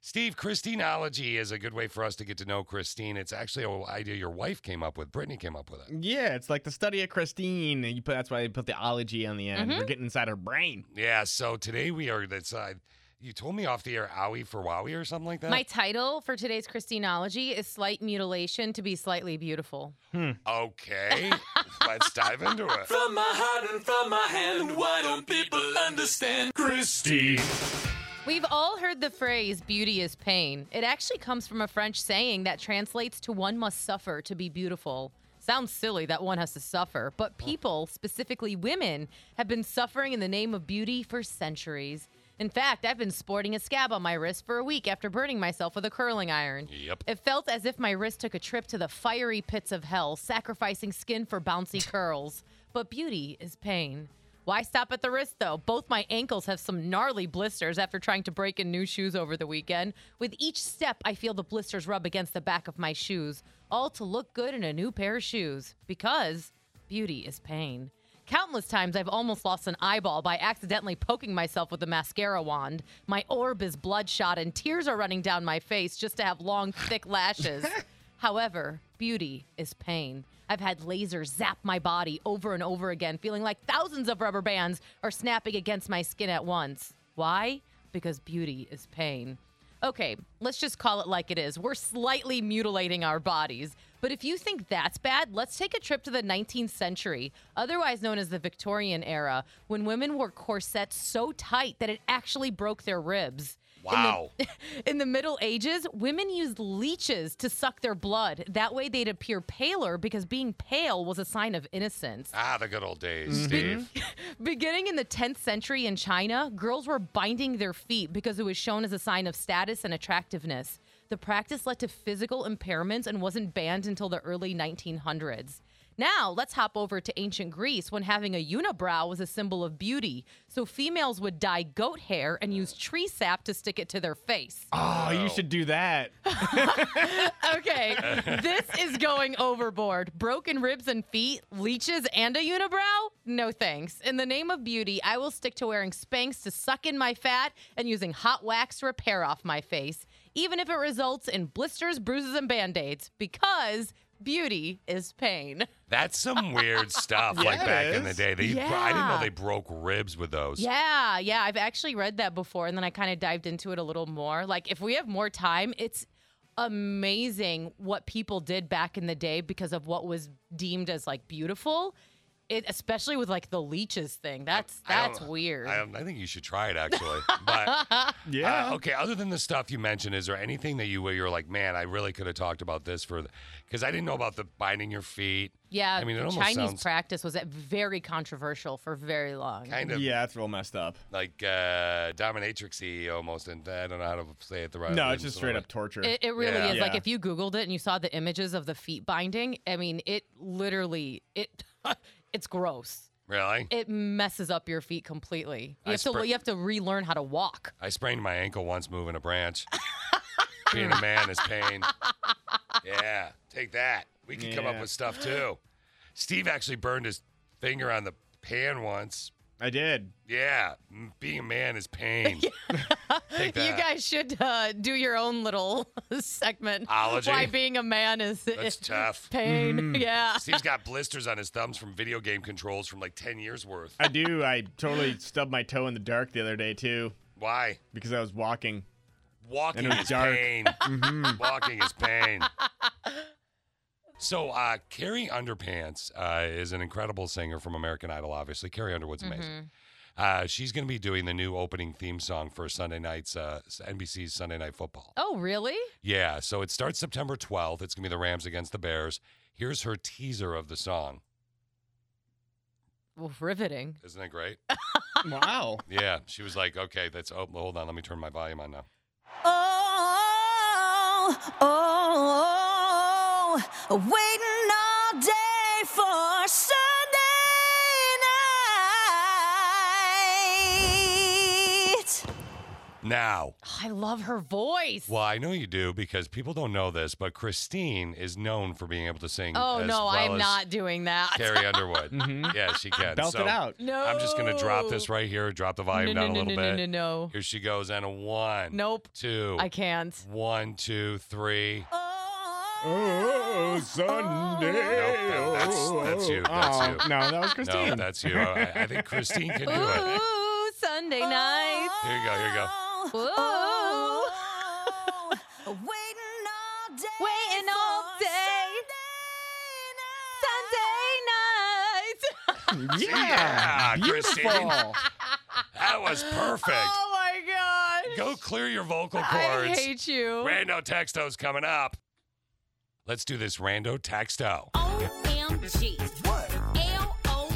Steve, Christineology is a good way for us to get to know Christine. It's actually an idea your wife came up with. Brittany came up with it.
Yeah, it's like the study of Christine. and You put that's why they put the ology on the end.
Mhm.
We're getting inside her brain.
Yeah. So today we are. That's. Uh, you told me off the air, owie for wowie or something like that.
My title for today's Christinology is Slight Mutilation to be Slightly Beautiful.
okay. Let's dive into it.
From my heart and from my hand, why don't people understand? Christine.
We've all heard the phrase beauty is pain. It actually comes from a French saying that translates to one must suffer to be beautiful. Sounds silly that one has to suffer, but people, specifically women, have been suffering in the name of beauty for centuries. In fact, I've been sporting a scab on my wrist for a week after burning myself with a curling iron.
Yep.
It felt as if my wrist took a trip to the fiery pits of hell, sacrificing skin for bouncy curls. But beauty is pain. Why stop at the wrist, though? Both my ankles have some gnarly blisters after trying to break in new shoes over the weekend. With each step, I feel the blisters rub against the back of my shoes, all to look good in a new pair of shoes. Because beauty is pain. Countless times I've almost lost an eyeball by accidentally poking myself with a mascara wand. My orb is bloodshot and tears are running down my face just to have long, thick lashes. However, beauty is pain. I've had lasers zap my body over and over again, feeling like thousands of rubber bands are snapping against my skin at once. Why? Because beauty is pain. Okay, let's just call it like it is. We're slightly mutilating our bodies. But if you think that's bad, let's take a trip to the 19th century, otherwise known as the Victorian era, when women wore corsets so tight that it actually broke their ribs. In the-
Wow.
in the Middle Ages, women used leeches to suck their blood. That way they'd appear paler because being pale was a sign of innocence.
ah, the good old days,
Mhm.
Steve.
Beginning in the 10th century in China, girls were binding their feet because it was shown as a sign of status and attractiveness. The practice led to physical impairments and wasn't banned until the early 1900s. Now, let's hop over to ancient Greece when having a unibrow was a symbol of beauty. So females would dye goat hair and use tree sap to stick it to their face.
Oh, you should do that.
okay, this is going overboard. Broken ribs and feet, leeches, and a unibrow? No thanks. In the name of beauty, I will stick to wearing Spanx to suck in my fat and using hot wax to repair off my face, even if it results in blisters, bruises, and band aids, because Beauty is pain.
That's some weird stuff like back in the
Yes.
day. They, I didn't know
Yeah.
they broke ribs with those.
Yeah, yeah. I've actually read that before and then I kind of dived into it a little more. Like, if we have more time, it's amazing what people did back in the day because of what was deemed as like beautiful. It, especially with like the leeches thing. That's
I
that's
don't-
weird.
I, don't- I think you should try it actually. But
yeah.
Uh, okay. Other than the stuff you mentioned, is there anything that you where you're like, man, I really could have talked about this for, because I didn't know about the binding your feet.
yeah,
I mean, it almost
Chinese
sounds
practice was uh, very controversial for very long.
kind of
yeah, it's real messed up.
Like uh, dominatrixy almost, and I don't know how to say it the right.
No,
way,
it's just
so,
straight
like-
up torture.
It, it really
Yeah.
is. Like
Yeah.
if you Googled it and you saw the images of the feet binding, I mean, it literally it it's gross.
Really?
It messes up your feet completely. You
I
have to
spr-
you have to relearn how to walk.
I sprained my ankle once moving a branch. Being a man is pain. Yeah, take that. We can come up
Yeah.
with stuff too. Steve actually burned his finger on the pan once.
I did.
Yeah, m- being a man is pain. take that.
You guys should uh, do your own little segment.
Ology?
Why being a man is
That's mm.
is
tough.
Pain. Yeah.
Steve's got blisters on his thumbs from video game controls from like 10 years worth.
I do. I totally stubbed my toe in the dark the other day too.
Why?
Because I was walking.
Walking
And it was
is
dark. Mm-hmm.
pain. Walking is pain. So, uh, Carrie Underpants uh, is an incredible singer from American Idol, obviously. Carrie Underwood's amazing. Uh, she's going to be doing the new opening theme song for Sunday night's uh, NBC's Sunday Night Football.
Oh, really?
Yeah, so it starts September 12th. It's going to be the Rams against the Bears. Here's her teaser of the song.
Well, riveting.
Isn't that great?
wow.
Yeah, she was like, okay, that's, oh, hold on, let me turn my volume on now.
Oh, oh, oh, waiting all day for Sunday night.
Now,
I love her voice.
well, I know you do because people don't know this, but Christine is known for being able to sing.
Oh
as
no,
well
I'm
as
not doing that.
Carrie Underwood. Yeah, she can.
Mm-hmm. Belt it
So,
out.
I'm just going to drop this right here, drop the volume
No, no,
down a
no,
little
no,
bit.
no, no, no.
Here she goes, and a one.
Nope.
Two.
I can't.
One, two, three.
Oh, Sunday.
No, that's, that's you. That's
Oh,
you.
no, that was Christine.
No, that's you. I, I think Christine can do it.
Ooh, Sunday night.
Here you go. Here you go.
Oh,
Ooh. Waiting all day. Sunday night.
Yeah, Ah, Christine.
Beautiful.
That was perfect.
Oh my gosh.
Go clear your vocal
I
cords.
hate you.
Rando Texto's coming up. Let's do this Rando Texto.
Oh.
OMG. What? LOL.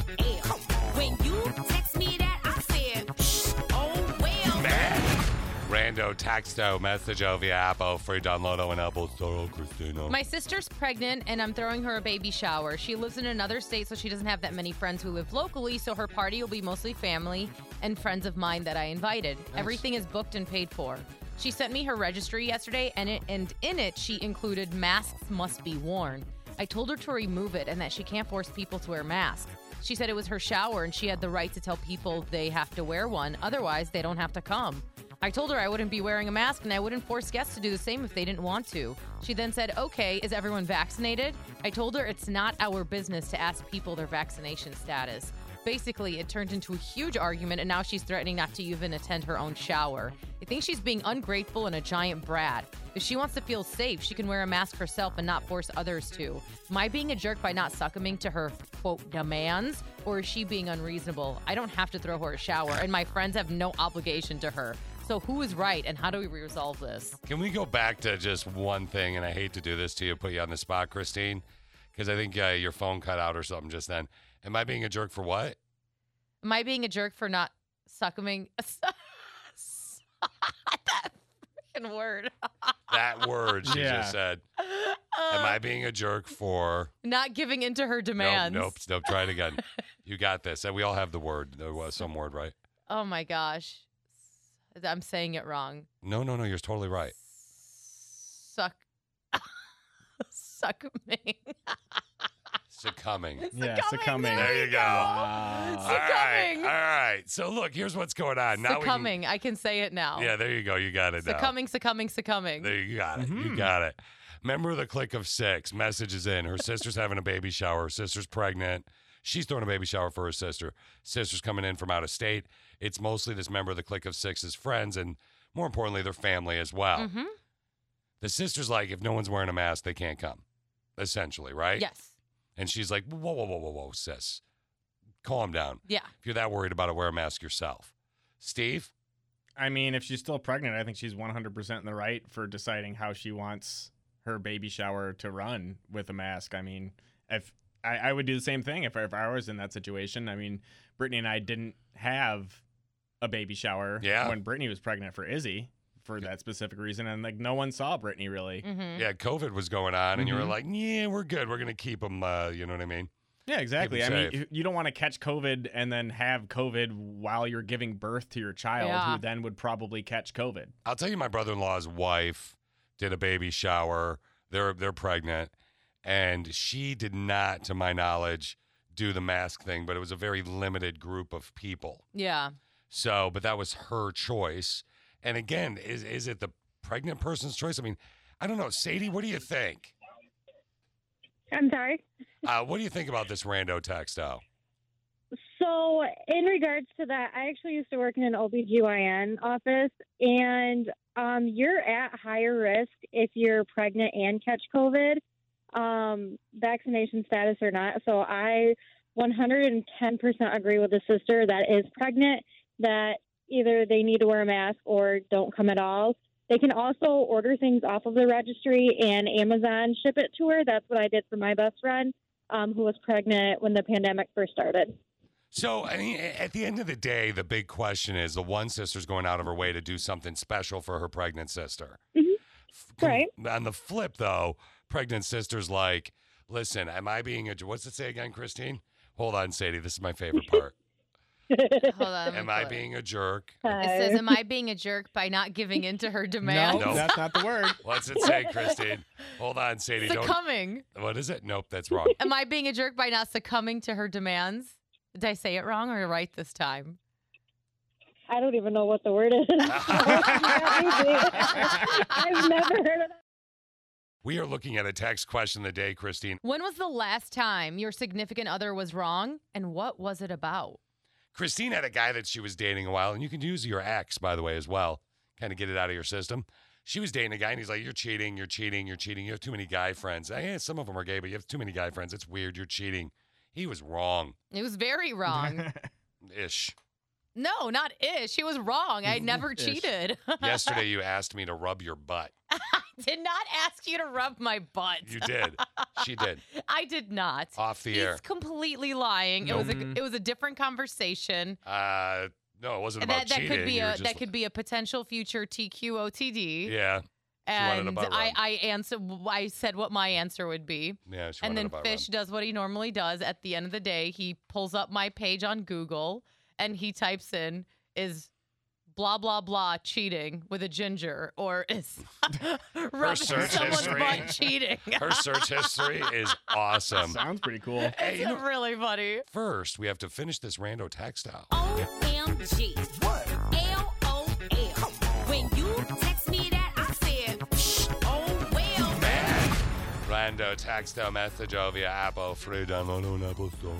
When you text me that, I said, Shh, oh well.
Rando Texto message over your Apple free download on Apple Store. Christina.
My sister's pregnant and I'm throwing her a baby shower. She lives in another state, so she doesn't have that many friends who live locally, so her party will be mostly family and friends of mine that I invited. Everything is booked and paid for. She sent me her registry yesterday, and, it, and in it, she included masks must be worn. I told her to remove it and that she can't force people to wear masks. She said it was her shower and she had the right to tell people they have to wear one, otherwise, they don't have to come. I told her I wouldn't be wearing a mask and I wouldn't force guests to do the same if they didn't want to. She then said, Okay, is everyone vaccinated? I told her it's not our business to ask people their vaccination status. Basically, it turned into a huge argument, and now she's threatening not to even attend her own shower. I think she's being ungrateful and a giant brat. If she wants to feel safe, she can wear a mask herself and not force others to. Am I being a jerk by not succumbing to her, quote, demands? Or is she being unreasonable? I don't have to throw her a shower, and my friends have no obligation to her. So who is right, and how do we resolve this?
Can we go back to just one thing? And I hate to do this to you, put you on the spot, Christine, because I think uh, your phone cut out or something just then. Am I being a jerk for what?
Am I being a jerk for not succumbing? that freaking word.
That word she
Yeah.
just said. Am I being a jerk for?
Not giving into her
Nope,
demands.
nope, nope. Try it again. You got this. And we all have the word. There was some word, right?
Oh my gosh. I'm saying it wrong.
No, no, no. You're totally right.
Suck. Succumbing.
Succumbing.
Yeah, succumbing.
There you go.
Wow.
All right. All
Succumbing.
right. So look, here's what's going on. Now we
succumbing. I can say it now.
can, Yeah, there you go. You got it now.
Succumbing, succumbing, succumbing.
There you got it. You got it. Member of the clique of six messages in. Her sister's having a baby shower. Her sister's pregnant. She's throwing a baby shower for her sister. Sister's coming in from out of state. It's mostly this member of the clique of six's friends and more importantly, their family as well.
Mm-hmm.
The sister's like, if no one's wearing a mask, they can't come, essentially, right?
Yes.
And she's like, whoa, whoa, whoa, whoa, whoa, sis, calm down.
Yeah.
If you're that worried about it, wear a mask yourself. Steve?
I mean, if she's still pregnant, I think she's 100% in the right for deciding how she wants her baby shower to run with a mask. I mean, if I, I would do the same thing if, I- if I was in that situation. I mean, Brittany and I didn't have a baby shower
Yeah.
when Brittany was pregnant for Izzy for that specific reason, and like no one saw Brittany really.
Mm-hmm.
Yeah, COVID was going on, and you were
Mhm.
like, yeah, we're good. We're going to keep them, uh, you know what I mean?
Yeah, exactly. I
Keep 'em
mean,
safe.
you- you don't want to catch COVID and then have COVID while you're giving birth to your child,
Yeah.
who then would probably catch COVID.
I'll tell you, my brother in law's wife did a baby shower. They're they're pregnant, and she did not, to my knowledge, do the mask thing. But it was a very limited group of people.
Yeah.
So, but that was her choice. And again, is is it the pregnant person's choice? I mean, I don't know. Sadie, what do you think?
I'm sorry.
Uh, what do you think about this rando text? Oh,
So, in regards to that, I actually used to work in an OBGYN office, and um, you're at higher risk if you're pregnant and catch COVID, um, vaccination status or not. So, I 110% agree with the sister that is pregnant that either they need to wear a mask or don't come at all. They can also order things off of the registry and Amazon ship it to her. That's what I did for my best friend um, who was pregnant when the pandemic first started.
So, I mean, at the end of the day, the big question is the one sister's going out of her way to do something special for her pregnant sister.
Mm-hmm. Right.
On the flip, though, pregnant sister's like, listen, am I being a. What's it say again, Christine? Hold on, Sadie. This is my favorite part.
Hold on.
am I being a jerk?
It says, "Am I being a jerk by not giving in to her demands?"
No.
that's not the word.
What's it say, Christine? Hold on, Sadie. Don't.
Succumbing.
What is it? Nope, that's wrong.
Am I being a jerk by not succumbing to her demands? Did I say it wrong or right this time?
I don't even know what the word is. I've never heard of
We are looking at a text question of the day, Christine.
When was the last time your significant other was wrong, and what was it about?
Christine had a guy that she was dating a while, and you can use your ex, by the way, as well. Kind of get it out of your system. She was dating a guy, and he's like, You're cheating, you're cheating, you're cheating. You have too many guy friends. Eh, some of them are gay, but you have too many guy friends. It's weird, you're cheating. He was wrong
It was very wrong.
ish.
no, not ish. He was wrong. I never
Ish.
cheated.
Yesterday, you asked me to rub your butt.
did not ask you to rub my butt.
You did. She did.
I did not.
Off the air. Mm-hmm.
He's completely lying. It was a
Nope.
it was a different conversation.
Uh, no, it wasn't about
that that
cheating.
could be
You were
a
just
that could be a potential future TQOTD.
Yeah. She wanted a
And
butt
I
rub.
I answer I said what my answer would be.
Yeah, she
and
wanted a
then
butt
Fish does what he normally does. At the end of the day, he pulls up my page on Google and he types in is blah blah blah cheating with a ginger or is rubbing
search
someone's
history.
butt cheating.
Her search history is awesome.
Sounds pretty cool.
Hey, you know,
It's really funny.
first, we have to finish this rando text out.
Oh,
OMG. What? L O L. When you text me that, I said, Shh, oh well.
Rando texto message via Apple free download on Apple Store.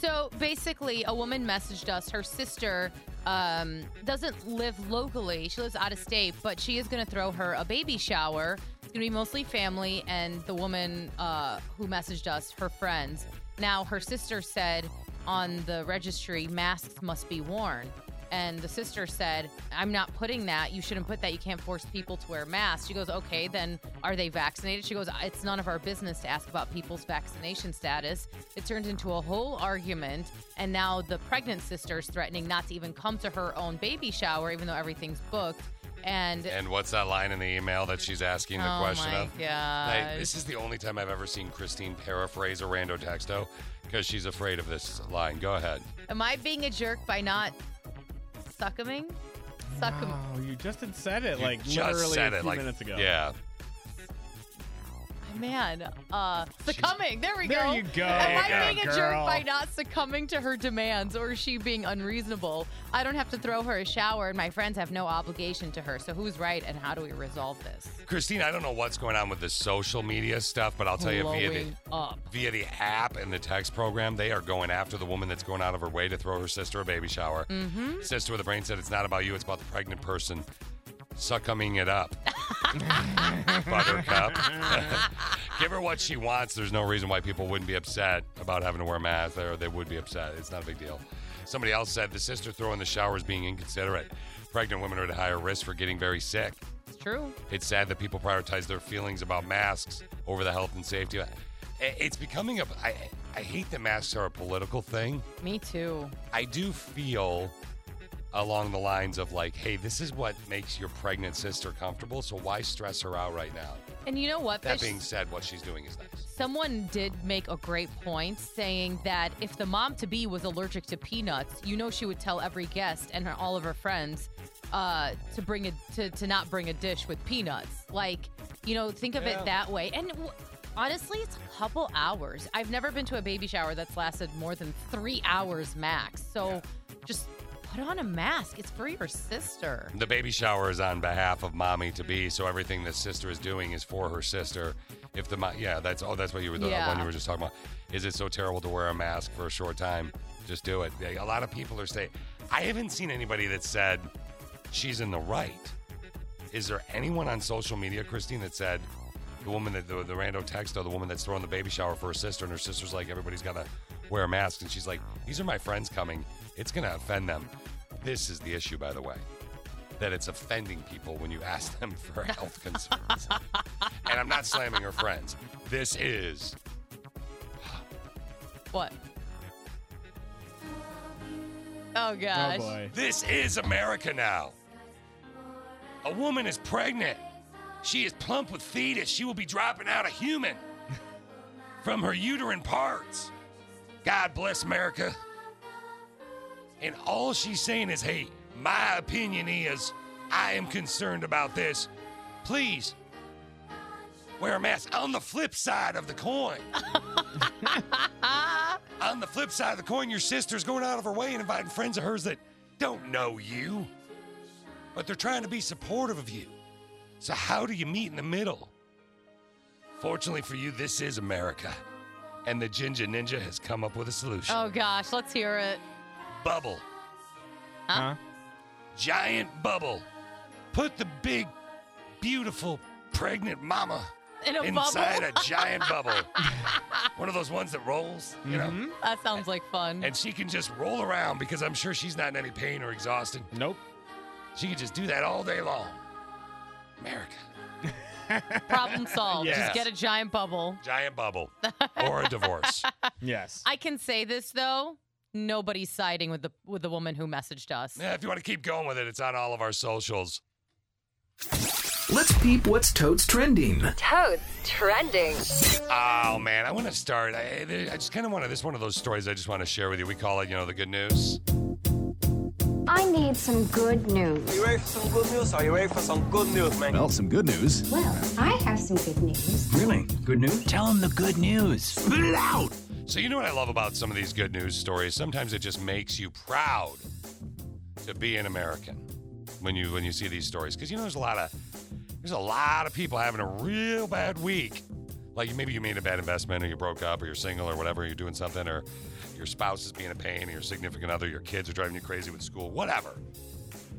So basically, a woman messaged us. Her sister um, doesn't live locally, she lives out of state, but she is going to throw her a baby shower. It's going to be mostly family and the woman uh, who messaged us, her friends. Now, her sister said on the registry, masks must be worn. And the sister said, I'm not putting that. You shouldn't put that. You can't force people to wear masks. She goes, Okay, then are they vaccinated? She goes, It's none of our business to ask about people's vaccination status. It turned into a whole argument. And now the pregnant sister's threatening not to even come to her own baby shower, even though everything's booked. And,
And what's that line in the email that she's asking the
oh
question
my
of?
God.
Like, this is the only time I've ever seen Christine paraphrase a rando texto because she's afraid of this line. Go ahead.
Am I being a jerk by not succumbing? Succum-
Oh, you just had said it
You
like
just
literally
said
a
it
few
like
minutes ago.
Yeah.
I man, uh, succumbing. There we go.
There you go.
Am
There
I
you
being
go,
a jerk
girl.
by not succumbing to her demands, or is she being unreasonable? I don't have to throw her a shower, and my friends have no obligation to her. So who's right, and how do we resolve this?
Christine, I don't know what's going on with the social media stuff, but I'll tell you via the
Blowing up.
via the app and the text program, they are going after the woman that's going out of her way to throw her sister a baby shower.
Mhm.
Sister with a brain said it's not about you, it's about the pregnant person succumbing it up. Buttercup. Give her what she wants. There's no reason why people wouldn't be upset about having to wear a mask or they would be upset. It's not a big deal. Somebody else said the sister throwing the shower is being inconsiderate. Pregnant women are at higher risk for getting very sick.
It's true.
It's sad that people prioritize their feelings about masks over the health and safety. I- It's becoming a. I, I hate that masks are a political thing.
Me too.
I do feel along the lines of like, hey, this is what makes your pregnant sister comfortable, so why stress her out right now?
And you know what?
That
There's-
being said, what she's doing is nice.
Someone did make a great point saying that if the mom to be was allergic to peanuts, you know she would tell every guest and her, all of her friends uh, to bring a to, to not bring a dish with peanuts. Like, you know, think of
Yeah.
it that way. And w- honestly, it's a couple hours. I've never been to a baby shower that's lasted more than three hours max. So just put on a mask. It's for your sister.
The baby shower is on behalf of mommy to be, so everything the sister is doing is for her sister. If the mo- yeah, that's oh, that's what you were the
Yeah.
one you were just talking about. Is it so terrible to wear a mask for a short time? Just do it. Yeah, A lot of people are saying. I haven't seen anybody that said she's in the right. Is there anyone on social media, Christine, that said the woman that the, the rando text or the woman that's throwing the baby shower for her sister and her sister's like everybody's gotta wear a mask and she's like these are my friends coming. It's gonna offend them. This is the issue, by the way that it's offending people when you ask them for health concerns. and I'm not slamming her friends. This is
What? Oh gosh.
This is America now. A woman is pregnant. She is plump with fetus. She will be dropping out a human from her uterine parts. God bless America. And all she's saying is, hey, my opinion is I am concerned about this. Please wear a mask. On the flip side of the coin, on the flip side of the coin, your sister's going out of her way and inviting friends of hers that don't know you, but they're trying to be supportive of you. So, how do you meet in the middle? Fortunately for you, this is America. And the Ginger Ninja has come up with a solution
Oh gosh, let's hear it.
bubble.
Huh?
Giant bubble. Put the big, beautiful, pregnant mama
In a
inside
bubble?
a giant bubble. One of those ones that rolls, you know?
That sounds like fun.
And she can just roll around because I'm sure she's not in any pain or exhausted. Nope. She can just do that all day long. America.
Problem solved.
Yes.
Just get a giant bubble.
Giant bubble. or a divorce.
Yes.
I can say this though. Nobody's siding with the with the woman who messaged us.
Yeah, if you want to keep going with it, it's on all of our socials.
Let's peep what's totes trending.
Toads trending.
Oh man, I want to start. I, I I just kind of want to. This is one of those stories I just want to share with you. We call it, you know, the good news.
I need some good news.
Are you ready for some good news? Are you ready for some good news, man?
Well, some good news.
Well, I have some good news.
Really? Good news? Tell them the good news. Loud!
So you know what I love about some of these good news stories? Sometimes it just makes you proud to be an American when you when you see these stories because you know there's a lot of there's a lot of people having a real bad week. Like maybe you made a bad investment or you broke up or you're single or whatever, you're doing something or your spouse is being a pain or your significant other, your kids are driving you crazy with school, whatever.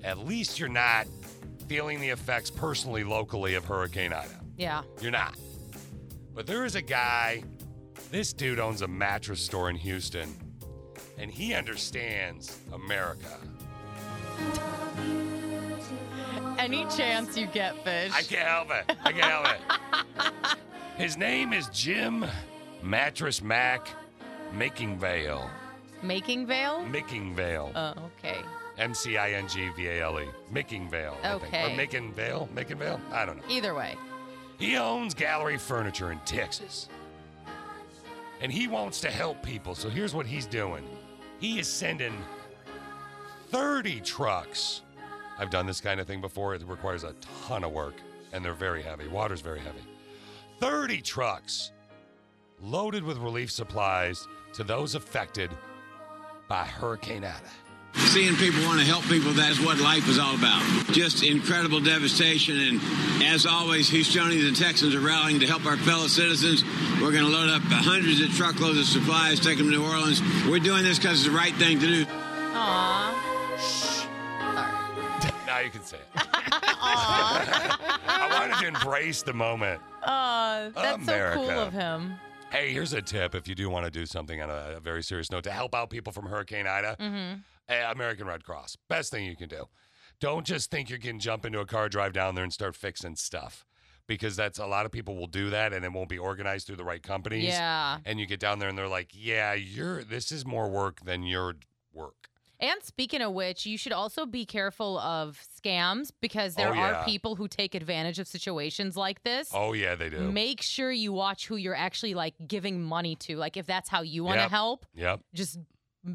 At least you're not feeling the effects personally locally of Hurricane Ida.
Yeah.
You're not. But there is a guy, this dude owns a mattress store in Houston, and he understands America.
Any chance you get, fish.
I can't help it. I can't help it. His name is Jim Mattress Mac Makingvale.
Making veil?
Mickingvale.
Oh, okay.
M C I N G V A L E. Mickingvale. I think.
Okay.
Or Makinvale? Makinvale? I don't know.
Either way.
He owns Gallery Furniture in Texas. And he wants to help people. So here's what he's doing he is sending 30 trucks. I've done this kind of thing before. It requires a ton of work, and they're very heavy. Water's very heavy. 30 trucks loaded with relief supplies to those affected by Hurricane Ida.
Seeing people want to help people, that's what life is all about. Just incredible devastation. And as always, Houstonians and Texans are rallying to help our fellow citizens. We're going to load up hundreds of truckloads of supplies, take them to New Orleans. We're doing this because it's the right thing to do.
Aw. Shh.
now you can say it. I wanted to embrace the moment.
Aw, Uh, that's so cool
America.
of him.
Hey, here's a tip if you do want to do something on a, a very serious note to help out people from Hurricane Ida.
Mm-hmm.
Eh, American Red Cross. Best thing you can do. Don't just think you can jump into a car, drive down there, and start fixing stuff because that's a lot of people will do that and it won't be organized through the right companies.
Yeah.
And you get down there and they're like, yeah, you're this is more work than your work.
And speaking of which, you should also be careful of scams because there
Oh, yeah.
are people who take advantage of situations like this.
Oh, yeah, they do.
Make sure you watch who you're actually like giving money to. Like if that's how you want to
Yep.
help,
Yep.
just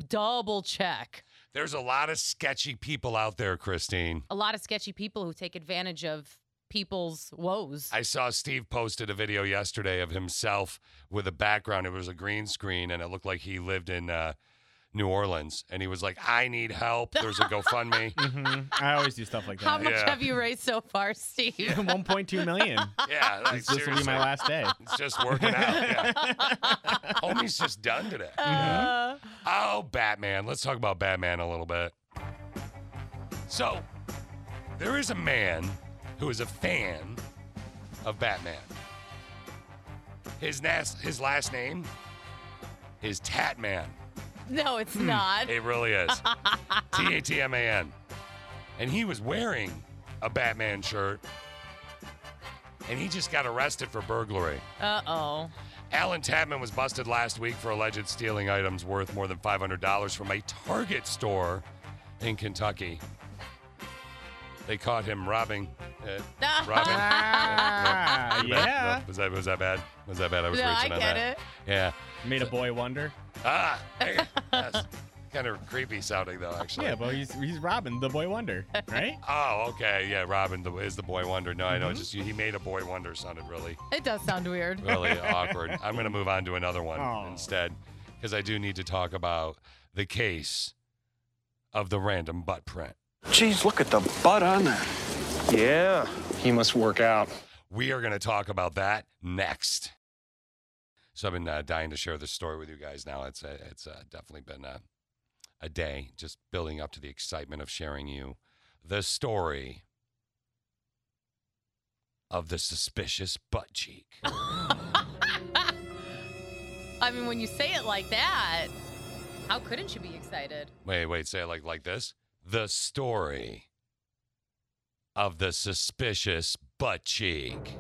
double check.
There's a lot of sketchy people out there, Christine.
A lot of sketchy people who take advantage of people's woes.
I saw Steve posted a video yesterday of himself with a background. It was a green screen, and it looked like he lived in uh, New Orleans. And he was like, "I need help. There's a GoFundMe."
I always do stuff like that.
How much
Yeah.
have you raised so far, Steve?
1.2 million.
Yeah, like,
This- this will be
seriously.
my last day.
It's just working out. Yeah. Homie's just done today. Yeah. Oh, Batman. Let's talk about Batman a little bit. So, there is a man who is a fan of Batman. His nas- his last name is Tatman.
No, it's not.
Hmm. It really is. T A T M A N. And he was wearing a Batman shirt. And he just got arrested for burglary.
Uh oh.
Alan Tapman was busted last week for alleged stealing items worth more than $500 from a Target store in Kentucky. They caught him robbing. Uh, robbing.
Ah,
Nope, nope,
yeah.
nope. Was that was that bad? Was that bad? I was
No, I
reaching on
get
that.
it.
Yeah.
Made a boy wonder.
Ah, hey, that's kind of creepy sounding though, actually.
Yeah, but he's he's Robin, the boy wonder, right?
Oh, okay. Yeah, Robin the, is the boy wonder. No, I
Mm-hmm.
know. Just he made a boy wonder sounded really,
It does sound weird.
really awkward. I'm going to move on to another one
Oh.
instead because I do need to talk about the case of the random butt print.
Jeez, look at the butt on that. Yeah, he must work out.
We are going to talk about that next. So I've been uh, dying to share this story with you guys. Now it's uh, it's uh, definitely been a, a day just building up to the excitement of sharing you the story of the suspicious butt cheek.
I mean, when you say it like that, how couldn't you be excited?
Wait, wait, say it like like this. The story of the suspicious butt cheek.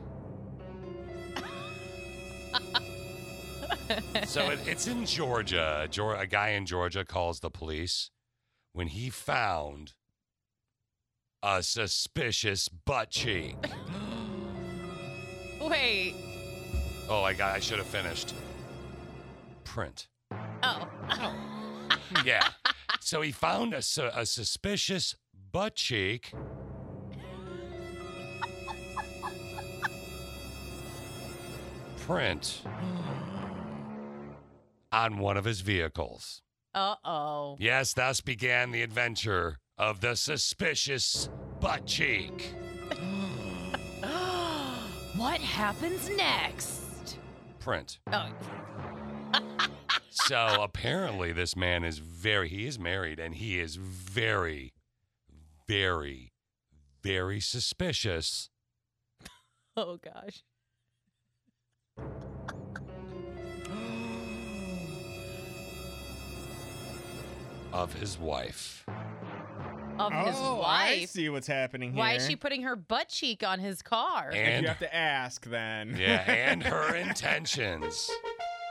so it, it's in Georgia. Geor- A guy in Georgia calls the police when he found a suspicious butt cheek.
Wait.
Oh, I got. I should have finished. Print.
Oh.
yeah. So he found a, su- a suspicious butt cheek. Print on one of his vehicles.
Uh oh.
Yes, thus began the adventure of the suspicious butt cheek.
what happens next?
Print.
Oh.
so apparently this man is very he is married and he is very very very suspicious
Oh gosh.
of his wife
Of his
Oh, I
wife.
see what's happening here.
Why is she putting her butt cheek on his car?
if
And-
you have to ask, then.
yeah and her intentions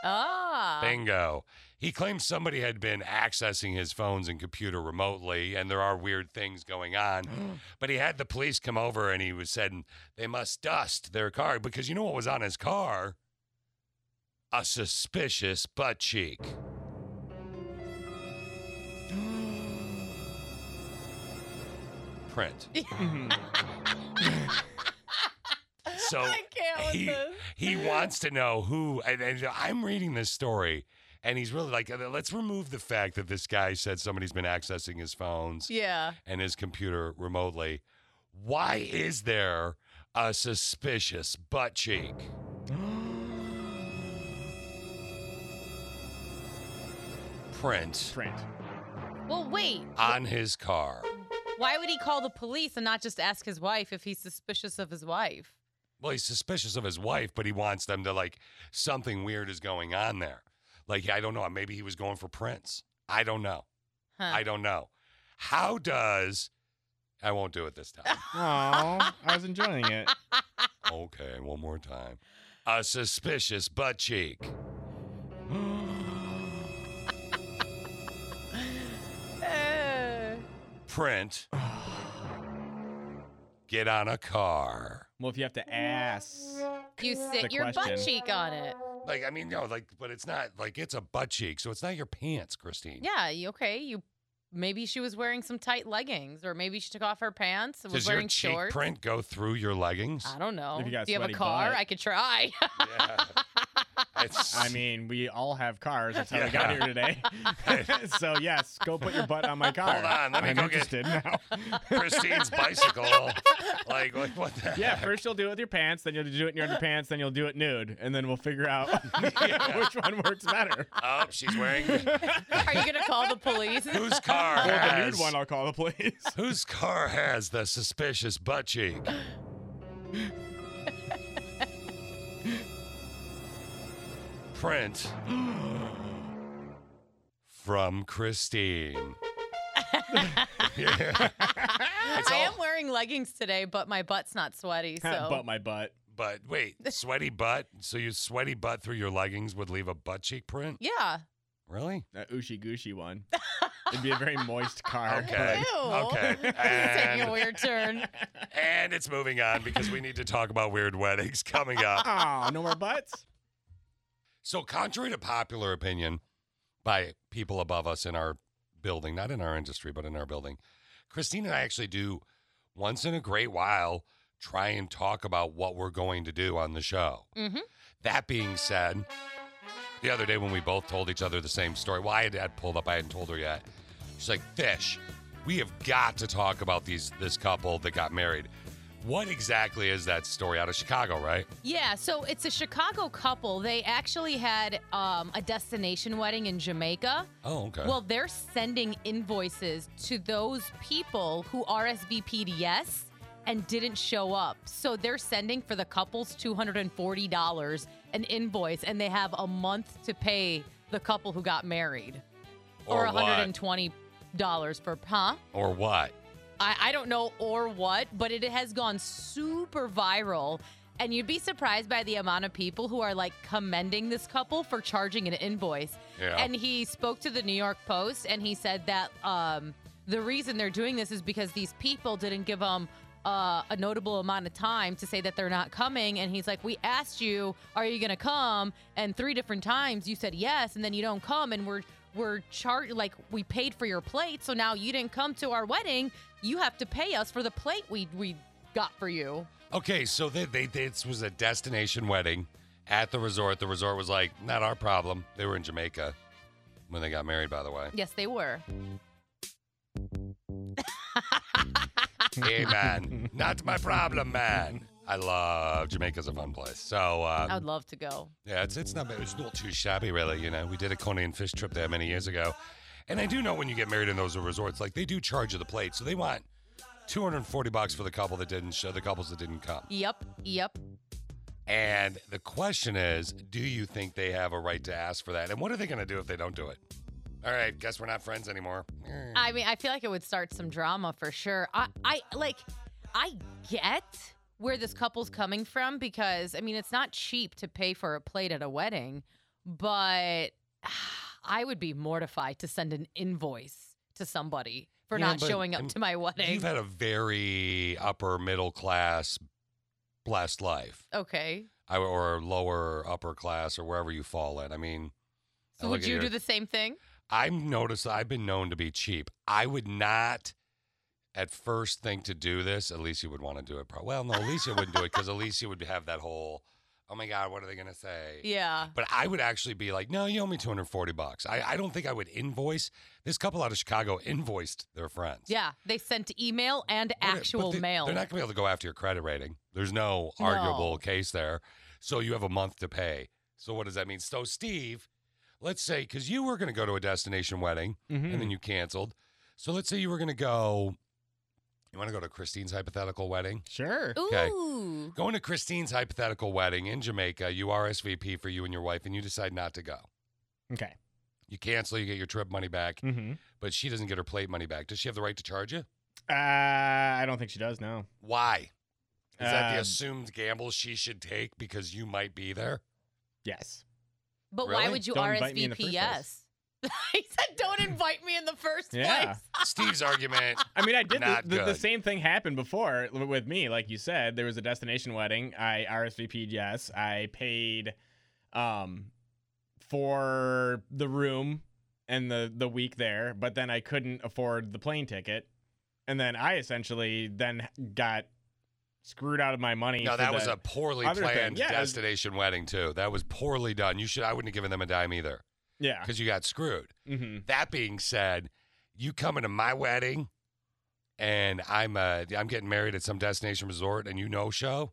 ah.
bingo he claims somebody had been accessing his phones and computer remotely and there are weird things going on but he had the police come over and he was saying they must dust their car because you know what was on his car a suspicious butt cheek print. So
I can't with
he,
this.
he wants to know who. And, and I'm reading this story, and he's really like, let's remove the fact that this guy said somebody's been accessing his phones
Yeah.
and his computer remotely. Why is there a suspicious butt cheek? Print
Print
Well, wait.
on his car.
Why would he call the police and not just ask his wife if he's suspicious of his wife?
Well, he's suspicious of his wife, but he wants them to like something weird is going on there. Like I don't know, maybe he was going for Prince. I don't know.
Huh.
I don't know. How does I won't do it this time.
Oh, I was enjoying it.
okay, one more time. A suspicious butt cheek.
Eh.
Print. Get on a car.
Well, if you have to ass.
you sit
The
your butt
question.
cheek on it.
Like I mean, no, like, but it's not like it's a butt cheek, so it's not your pants, Christine.
Yeah, you okay? You maybe she was wearing some tight leggings, or maybe she took off her pants and was
Does your
wearing
cheek
shorts. Uh,
print go through your leggings?
I don't know.
If you got
Do you have a
sweaty
car?
butt.
I could try.
I mean, we all have cars. That's how we got
Yeah.
here today. so yes, go put your butt on my car.
Hold on, let me
I'm
go get-
interested now.
Christine's bicycle. like, like what the
Yeah,
heck?
first you'll do it with your pants, then you'll do it in your underpants, then you'll do it nude, and then we'll figure out which one works better.
Oh, she's wearing
Are you gonna call the police?
whose car
Well, the
has
nude one, I'll call the police.
whose car has the suspicious butt cheek? Print from Christine. yeah. It's
I am
all-
wearing leggings today, but my butt's not sweaty. So
but my butt.
But wait, sweaty butt. So your sweaty butt through your leggings would leave a butt cheek print?
yeah.
Really?
That ooshy gooshy one. It'd be a very moist car.
Okay.
Ew.
Okay.
This is taking a
And,
weird turn.
and it's moving on because we need to talk about weird weddings coming up.
Oh, no more butts?
So, contrary to popular opinion by people above us in our building, not in our industry, but in our building, Christine and I actually do once in a great while try and talk about what we're going to do on the show.
Mm-hmm.
That being said, the other day when we both told each other the same story, why had that pulled up, I hadn't told her yet. She's like, Fish, we have got to talk about these this couple that got married. What exactly is that story out of Chicago, right?
Yeah, so it's a Chicago couple. They actually had um, a destination wedding in Jamaica.
Oh, okay.
Well, they're sending invoices to those people who RSVP'd yes and didn't show up. So they're sending for the couple's $240 an invoice, and they have a month to pay the couple who got married.
Or what?
$120 per, huh?
or what?
I, I don't know or what, but it has gone super viral. And you'd be surprised by the amount of people who are like commending this couple for charging an invoice.
Yeah.
And he spoke to the New York Post and he said that um, the reason they're doing this is because these people didn't give them uh, a notable amount of time to say that they're not coming. And he's like, We asked you, are you going to come? And three different times you said yes, and then you don't come. And we're, we're charged, like, we paid for your plate. So now you didn't come to our wedding. You have to pay us for the plate we, we got for you.
Okay, so they, they, this was a destination wedding at the resort. The resort was like, not our problem. They were in Jamaica when they got married, by the way.
Yes, they were.
hey, man, not my problem, man. I love Jamaica's a fun place. So,
I
um,
would love to go.
yeah, it's, it's, not, it's not too shabby, really. You know, we did a Coney and Fish trip there many years ago. And I do know when you get married in those resorts, like they do charge you the plate. So they want 240 bucks for the couple that didn't show, the couples that didn't come.
Yep, yep.
And the question is, do you think they have a right to ask for that? And what are they going to do if they don't do it? All right, guess we're not friends anymore.
I mean, I feel like it would start some drama for sure. I, I like, I get where this couple's coming from because I mean, it's not cheap to pay for a plate at a wedding, but I would be mortified to send an invoice to somebody for
Yeah,
not
but,
showing up
um,
to my wedding.
You've had a very upper middle class blessed life,
okay,
I- or lower upper class, or wherever you fall in. I mean, I
so
look
would
at
you
your-
do the same thing?
I've noticed I've been known to be cheap. I would not at first think to do this, Alicia would want to do it. Pro- well, no, Alicia wouldn't do it because Alicia would have that whole, oh my God, what are they going to say?
Yeah.
But I would actually be like, no, you owe me 240 bucks. I, I don't think I would invoice. This couple out of Chicago invoiced their friends.
Yeah, they sent email and actual mail.
They're not going to be able to go after your credit rating. There's no arguable case there. So you have a month to pay. So what does that mean? So Steve, let's say because you were going to go to a destination wedding
Mm-hmm.
and then you canceled. So let's say you were going to go. You want to go to Christine's hypothetical wedding?
Sure.
Okay.
Ooh.
Going to Christine's hypothetical wedding in Jamaica, you RSVP for you and your wife, and you decide not to go.
Okay.
You cancel, you get your trip money back,
Mm-hmm.
but she doesn't get her plate money back. Does she have the right to charge you?
Uh, I don't think she does. No.
Why? Is that the
Um,
assumed gamble she should take because you might be there?
Yes.
But why
Really?
would you
Don't invite me in the
RSVP
first place.
yes? he said, "Don't invite me in the first
Yeah.
place."
Steve's argument.
I mean, I did the,
Not
the, the
good.
same thing happened before with me. Like you said, there was a destination wedding. I RSVP'd yes. I paid um, for the room and the the week there, but then I couldn't afford the plane ticket, and then I essentially then got screwed out of my money.
No,
for
that
the
was a poorly
other thing.
planned
Yeah, it was-
destination wedding too. That was poorly done. You should I wouldn't have given them a dime either.
Yeah.
Because you got screwed.
Mm-hmm.
That being said, you coming to my wedding and I'm uh I'm getting married at some destination resort and you no show,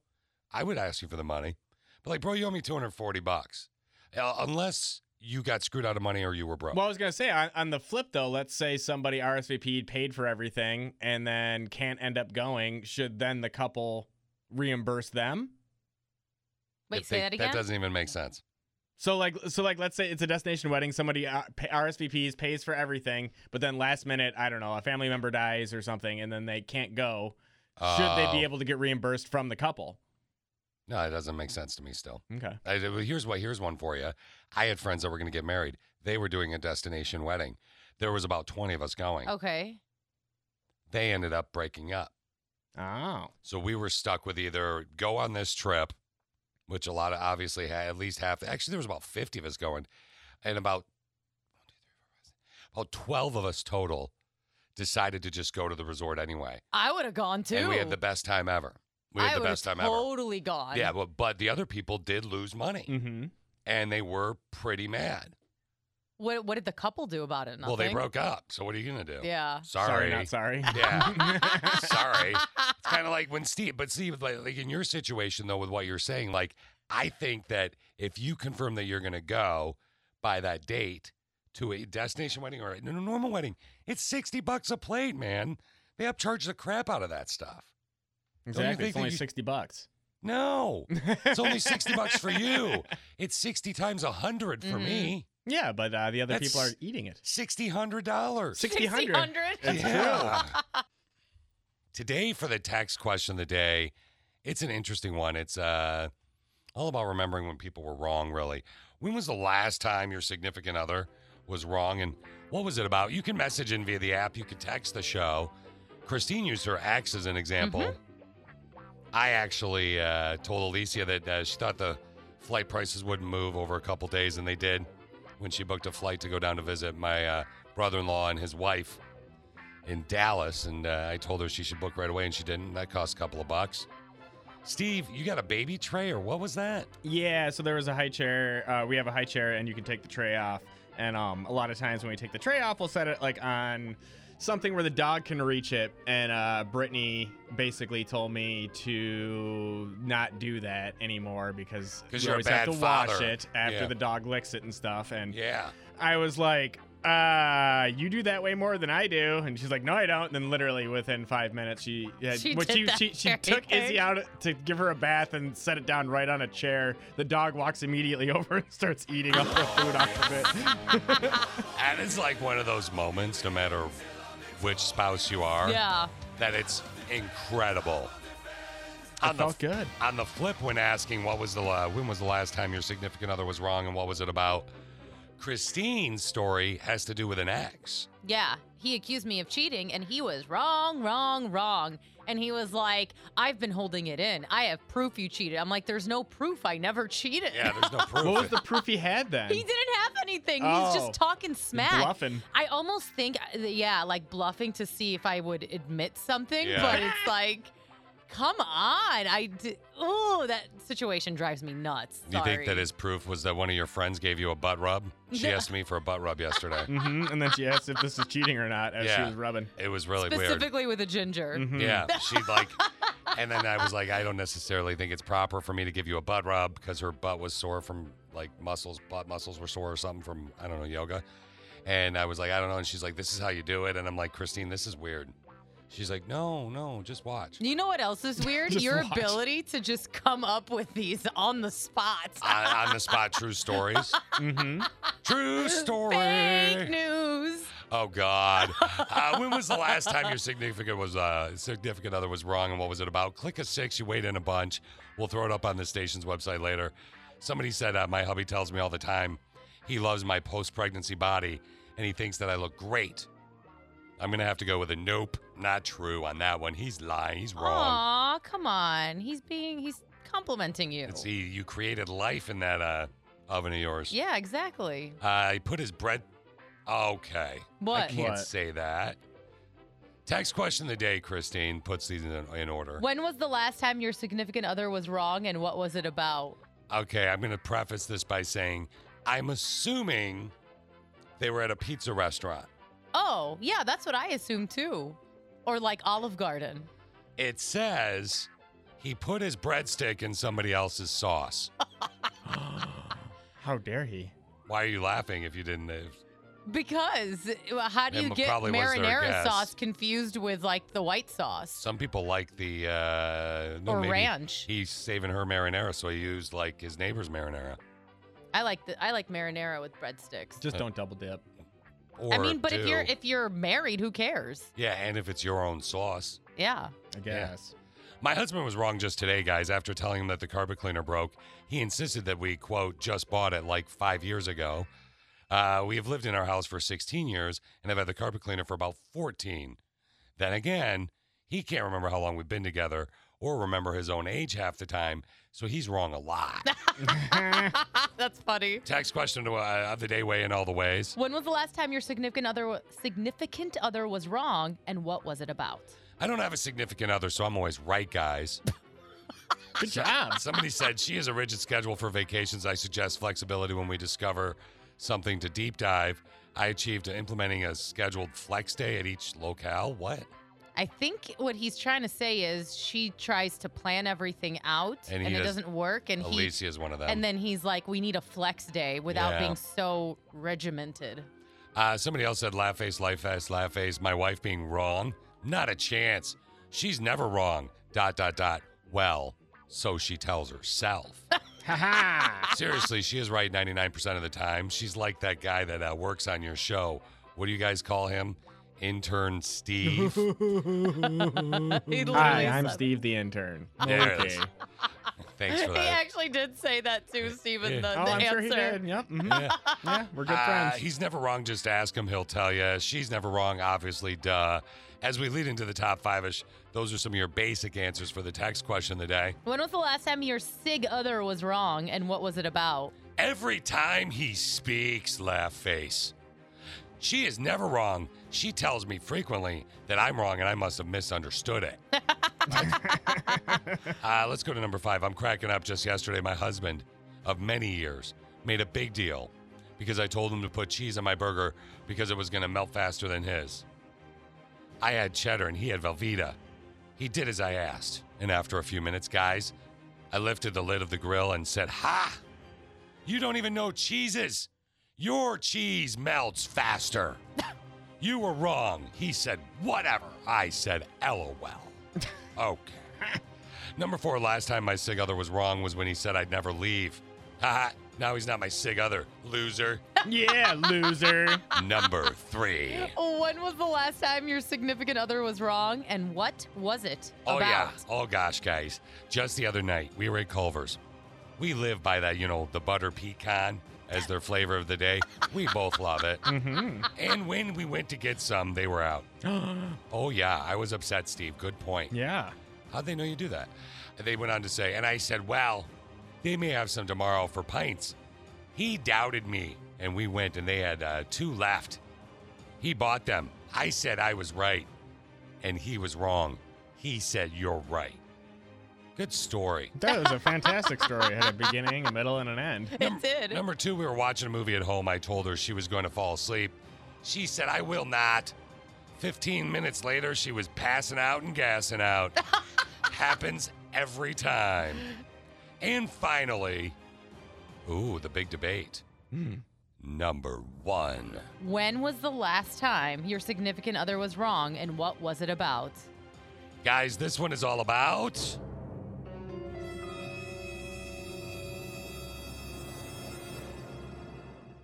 I would ask you for the money. But like, bro, you owe me 240 bucks. Uh, unless you got screwed out of money or you were broke.
Well, I was gonna say on, on the flip though, let's say somebody RSVP'd, paid for everything, and then can't end up going. Should then the couple reimburse them?
Wait,
If
say
they-
that again.
That doesn't even make sense.
So like, so like, let's say it's a destination wedding. Somebody uh, pay, RSVPs, pays for everything, but then last minute, I don't know, a family member dies or something, and then they can't go. Should they
Oh.
be able to get reimbursed from the couple?
No, it doesn't make sense to me still.
Okay.
I, well, here's what here's one for you. I had friends that were going to get married. They were doing a destination wedding. There was about 20 of us going.
okay.
They ended up breaking up.
Oh.
So we were stuck with either go on this trip, which a lot of obviously had at least half. Actually, there was about 50 of us going, and about about 12 of us total decided to just go to the resort anyway.
I would have gone too.
And we had the best time ever. We had
I
the
would've
best time ever.
totally gone.
Yeah, but but the other people did lose money,
Mm.
mm-hmm.
and they were pretty mad.
What What did the couple do about it? Nothing.
Well, they broke up, so what are you gonna do?
Yeah.
Sorry,
not sorry.
Yeah, sorry. It's kind of like when Steve, but Steve, like, like in your situation though, with what you're saying, like I think that if you confirm that you're gonna go by that date to a destination wedding or a n- normal wedding, it's sixty bucks a plate, man. They upcharge the crap out of that stuff. Don't you
Exactly.
think
It's
that
only
you-
sixty bucks.
No, it's only sixty bucks for you. It's sixty times a hundred for me.
Yeah, but uh, the other
That's-
people are eating it.
Sixty hundred dollars.
Sixty hundred. That's true.
Today for the text question of the day, it's an interesting one. It's uh, all about remembering when people were wrong. Really, when was the last time your significant other was wrong, and what was it about? You can message in via the app. You can text the show. Christine used her ex as an example. I actually uh, told Alicia that uh, she thought the flight prices wouldn't move over a couple days, and they did when she booked a flight to go down to visit my uh, brother in law and his wife in Dallas. And uh, I told her she should book right away, and she didn't. That cost a couple of bucks. Steve, you got a baby tray, or what was that?
Yeah, so there was a high chair. Uh, we have a high chair, and you can take the tray off. And um, a lot of times when we take the tray off, we'll set it like on something where the dog can reach it. And uh, Brittany basically told me to not do that anymore because
'Cause
you
you're a
always have
bad
to wash
father.
it after
Yeah.
the dog licks it and stuff. And
Yeah.
I was like, uh, you do that way more than I do. And she's like, no, I don't. And then literally within five minutes, she, had,
She
which
did
she,
that
she, she
very
took Izzy
thing.
out to give her a bath and set it down right on a chair. The dog walks immediately over and starts eating up the food off of it.
And it's like one of those moments, no matter which spouse you are,
Yeah.
that it's incredible. On the,
felt good.
On the flip, when asking what was the la- when was the last time your significant other was wrong and what was it about, Christine's story has to do with an ex.
Yeah, he accused me of cheating and he was wrong, wrong, wrong. And he was like, I've been holding it in. I have proof you cheated. I'm like, there's no proof. I never cheated.
Yeah, there's no proof.
What was the proof he had then?
he didn't have anything.
Oh,
He's just talking smack.
bluffing.
I almost think, uh, yeah, like bluffing to see if I would admit something,
Yeah.
but it's like, come on. I d- oh, that situation drives me nuts.
You
Sorry.
think that his proof was that one of your friends gave you a butt rub? She
No.
asked me for a butt rub yesterday.
hmm And then she asked if this is cheating or not as she
Yeah.
was rubbing.
It was really weird. Mm-hmm.
specifically with a ginger?
Mhm.
Yeah, she like, and then I was like, I don't necessarily think it's proper for me to give you a butt rub because her butt was sore from like muscles, butt muscles were sore or something from I don't know yoga, and I was like, I don't know, and she's like, this is how you do it, and I'm like, Christine, this is weird. She's like, no, no, just watch.
You know what else is weird?
Just
Your
watch.
ability to just come up with these on the spot.
On, on the spot, true stories. Mm-hmm. True story.
Fake news.
Oh God! Uh, when was the last time your significant was uh, significant other was wrong, and what was it about? Click a six. You wait in a bunch. We'll throw it up on the station's website later. Somebody said uh, my hubby tells me all the time he loves my post-pregnancy body, and he thinks that I look great. I'm gonna have to go with a nope, not true on that one. He's lying. He's wrong.
Aw, come on. He's being, he's complimenting you.
See, you created life in that uh, oven of yours.
Yeah, exactly.
Uh, he put his bread. Okay. I
What?
can't
What?
say that. Text question of the day, Christine puts these in, in order.
When was the last time your significant other was wrong and what was it about?
Okay, I'm going to preface this by saying I'm assuming they were at a pizza restaurant.
Oh, yeah, that's what I assume too. Or like Olive Garden.
It says he put his breadstick in somebody else's sauce.
How dare he?
Why are you laughing if you didn't? If,
Because well, how do
It
you get
probably was their
marinara
guess.
sauce confused with like the white sauce?
some people like the uh, no,
Or
maybe
ranch.
He's saving her marinara, so he used like his neighbor's marinara.
I like the I like marinara with breadsticks.
Uh,
Just don't double dip.
Or
I mean, but if
do-
you're if you're married, who cares?
Yeah, and if it's your own sauce.
Yeah.
I
guess. My husband was wrong just today, guys. After telling him that the carpet cleaner broke, he insisted that we, quote, just bought it like five years ago. Uh, we have lived in our house for 16 years and have had the carpet cleaner for about 14. Then again, he can't remember how long we've been together or remember his own age half the time, so he's wrong a lot.
That's funny.
Text question to, uh, of the day, way in all the ways.
When was the last time your significant other wa- significant other was wrong and what was it about?
I don't have a significant other, so I'm always right, guys. Good
job.
Somebody said she has a rigid schedule for vacations. I suggest flexibility when we discover something to deep dive. I achieved implementing a scheduled flex day at each locale. What?
I think what he's trying to say is she tries to plan everything out
And
and,
he
it
does-
doesn't work and he
Alicia is one of them.
Mm-hmm. and then he's like we need a flex day without
Oh. Yeah.
being so regimented.
uh, somebody else said, laugh face, life face, laugh face. My wife being wrong? Not a chance. She's never wrong. Dot, dot, dot. Well, so she tells herself. Seriously, she is right 99% of the time. She's like that guy that uh, works on your show. What do you guys call him? Intern Steve.
Hi, I'm Steve the intern.
There it is. Thanks for
He
that.
actually did say that to Steven,
Yeah.
the, the
oh, I'm
answer.
sure he did. Yep. mhm.
Yeah.
yeah, we're good
Uh,
friends.
he's never wrong. Just ask him. He'll tell you. She's never wrong, obviously. Duh. As we lead into the top five ish, those are some of your basic answers for the text question of the day.
When was the last time your sig other was wrong and what was it about?
Every time he speaks, laugh face. She is never wrong. She tells me frequently that I'm wrong and I must have misunderstood it. uh, let's go to number five. I'm cracking up just yesterday. My husband of many years made a big deal because I told him to put cheese on my burger because it was going to melt faster than his. I had cheddar and he had Velveeta. He did as I asked. And after a few minutes, guys, I lifted the lid of the grill and said, Ha! You don't even know cheeses. Your cheese melts faster. you were wrong. He said, whatever. I said, lol. Okay. Number four, last time my sig other was wrong was when he said I'd never leave. Haha, now he's not my sig other. Loser.
yeah, loser.
Number three.
When was the last time your significant other was wrong and what was it
Oh
about?
yeah. Oh gosh, guys. Just the other night, we were at Culver's. We live by that, you know, the butter pecan as their flavor of the day. We both love it. And when we went to get some, they were out. oh yeah, I was upset, Steve. Good point.
Yeah.
How'd they know you do that? They went on to say, and I said, well, they may have some tomorrow for pints. He doubted me, and we went, and they had uh, two left. He bought them. I said I was right, and he was wrong. He said you're right. Good story.
That was a fantastic story. It had a beginning, a middle, and an end.
It did.
Number two, we were watching a movie at home. I told her she was going to fall asleep. She said, I will not. 15 minutes later, she was passing out and gassing out. Happens every time. And finally, ooh, the big debate. Number one.
When was the last time your significant other was wrong and what was it about?
Guys, this one is all about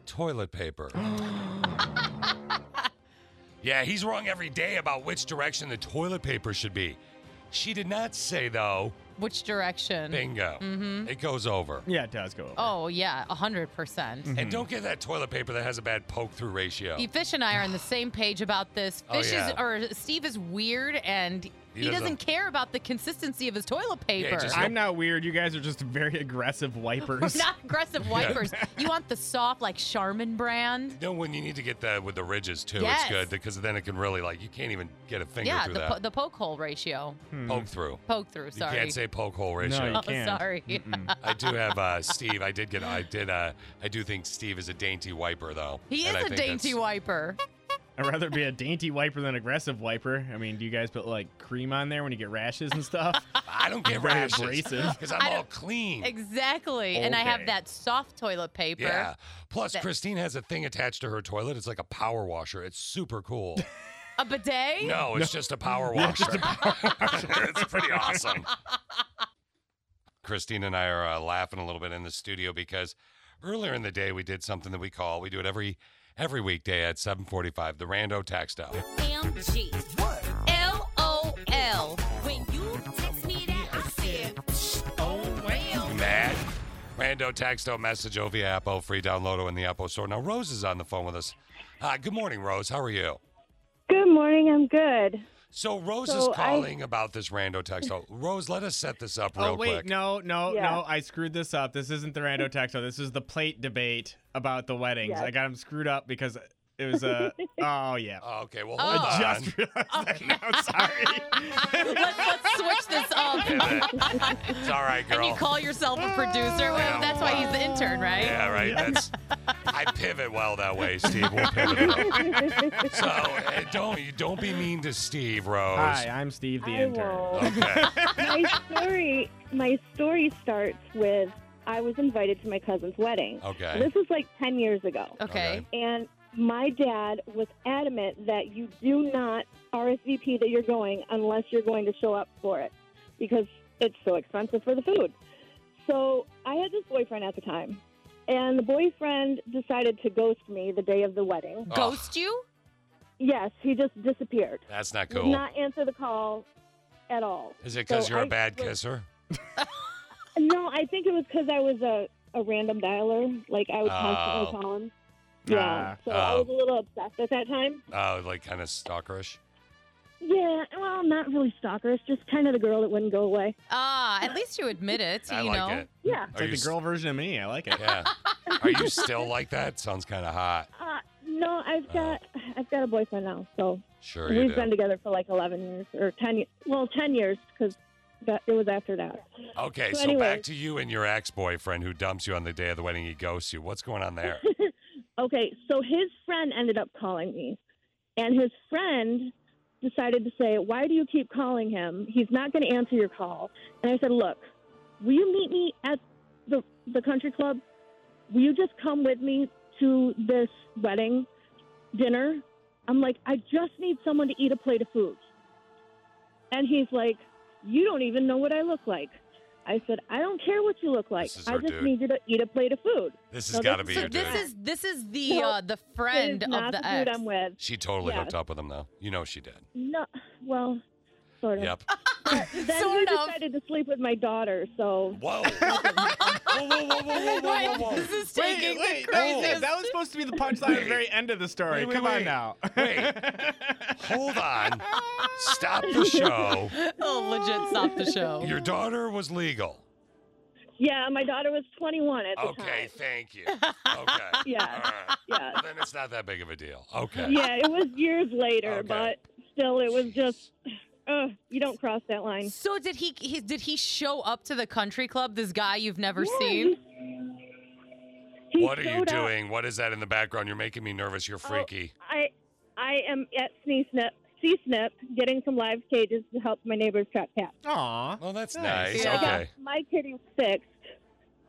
toilet paper. yeah, he's wrong every day about which direction the toilet paper should be. She did not say, though,
Which direction?
bingo.
Mm-hmm.
It goes over.
Yeah, it does go
Oh, yeah, 100%.
And don't get that toilet paper that has a bad poke through ratio.
You- Fish and I are on the same page about this. Fish
Oh, yeah.
is, or Steve is weird and he,
doesn't-
doesn't, care about the consistency of his toilet paper.
I'm not weird. You guys are just very aggressive
We're
wipers.
not aggressive wipers. you want the soft, like Charmin brand?
No, when you need to get that with the ridges too,
Yes.
it's good because then it can really like you can't even get a finger
yeah,
through
the,
that
po- the poke hole ratio.
poke through.
Poke through, sorry.
You can't say poke hole ratio.
oh, sorry.
I do have uh, Steve. I did get. I did. Uh, I do think Steve is a dainty wiper, though.
he is
a
a dainty wiper.
I'd rather be a dainty wiper than aggressive wiper. I mean, do you guys put like cream on there when you get rashes and stuff?
I don't get
very
rashes,
abrasive
'cause I'm I all don't- clean.
Exactly. And I have
Okay.
that soft toilet paper.
Yeah. Plus,
That-
Christine has a thing attached to her toilet. It's like a power washer. It's super cool.
A bidet?
no, it's just a power
Yeah,
washer.
just a
it's pretty awesome. Christine and I are uh, laughing a little bit in the studio because earlier in the day we did something that we call. We do it every every weekday at 7:45. The Rando Tax Out.
MG. L O L. When you text me that, I said, oh well.
You mad? Rando texto message over the Appo, oh, free download in the Apple store. Now Rose is on the phone with us. Uh, good morning, Rose. How are you?
Good morning. I'm good.
So Rose
So
is
I-
calling about this Rando texto. Rose, let us set this up real
oh wait,
quick.
no, no,
Yeah.
no! I screwed this up. This isn't the rando taxo. This is the plate debate about the weddings.
Yes.
I got them screwed up because it was a. oh yeah.
okay, well
I
hold on.
just realized that now. Sorry.
let's, let's switch this up.
Yeah, It's all right, girl.
and you call yourself a producer. Well,
Yeah,
that's why he's the intern, right?
Yeah, right. That's I pivot well that way, Steve. We'll pivot it up. So uh, don't you don't be mean to Steve, Rose.
Hi, I'm Steve the
I
intern. Oh,
won't.
Okay.
my story my story starts with I was invited to my cousin's wedding.
Okay.
This was like 10 years ago.
Okay.
And my dad was adamant that you do not RSVP that you're going unless you're going to show up for it because it's so expensive for the food. So I had this boyfriend at the time, and the boyfriend decided to ghost me the day of the wedding.
Oh. Ghost
you?
Yes, he just disappeared.
That's not
Did
cool.
not answer the call at all.
Is it because
So
you're a
I
bad
was-
kisser?
No, I think it was because I was a, a random dialer. Like I would constantly
Oh.
call him. Yeah.
Ah.
so I
Oh.
was a little obsessed at that time.
Oh, like kind of stalkerish.
Yeah. Well, not really stalkerish, just kind of the girl that wouldn't go away.
Ah, at least you admit it.
I
you
like
know.
it.
Yeah.
It's like the girl version of me. I like it.
Yeah. Are you still like that? Sounds kind of hot.
Uh, no, I've got I've got a boyfriend now, so
Sure you
we've
do.
been together for like eleven years or ten. ye- Well, ten years because it was after that.
Okay,
So
so back
anyway.
to you and your ex-boyfriend who dumps you on the day of the wedding. He ghosts you. What's going on there?
Okay, so his friend ended up calling me, and his friend decided to say, Why do you keep calling him? He's not going to answer your call. And I said, Look, will you meet me at the, the country club? Will you just come with me to this wedding dinner? I'm like, I just need someone to eat a plate of food. And he's like, You don't even know what I look like. I said, I don't care what you look like.
is
I
our
just
dude.
need you to eat a plate of food.
This has
No,
got to be
So
your
this
dude.
is this is the uh, the friend
It is
of
not
the,
dude
ex.
I'm with.
She totally
Yeah.
hooked up with him though. You know she did.
No, well, sort of.
Yep.
But then he decided to sleep with my daughter, so.
Whoa.
Whoa, whoa, whoa, whoa, whoa, whoa, whoa.
This is
Wait,
taking the
wait,
craziest-
That was supposed to be the punchline at the very end of the story.
Wait, wait,
Come
wait.
on now.
Wait. Hold on. Stop the show.
oh, legit stop the show.
Your daughter was legal.
Yeah, my daughter was 21 at the
Okay,
time.
thank you. Okay.
Yeah,
All
yeah.
Then it's not that big of a deal. Okay.
Yeah, it was years later, but still, it was just, uh, you don't cross that line.
So did he, he? Did he show up to the country club? This guy you've never
Yeah,
seen.
what are you
showed up. Oh,
doing? What is that in the background? You're making me nervous. You're freaky.
I I am at C-SNIP, C-SNIP getting some live cages to help my neighbors trap cats.
Aw.
Well, that's
nice.
nice.
Yeah.
Okay.
My kitty's fixed.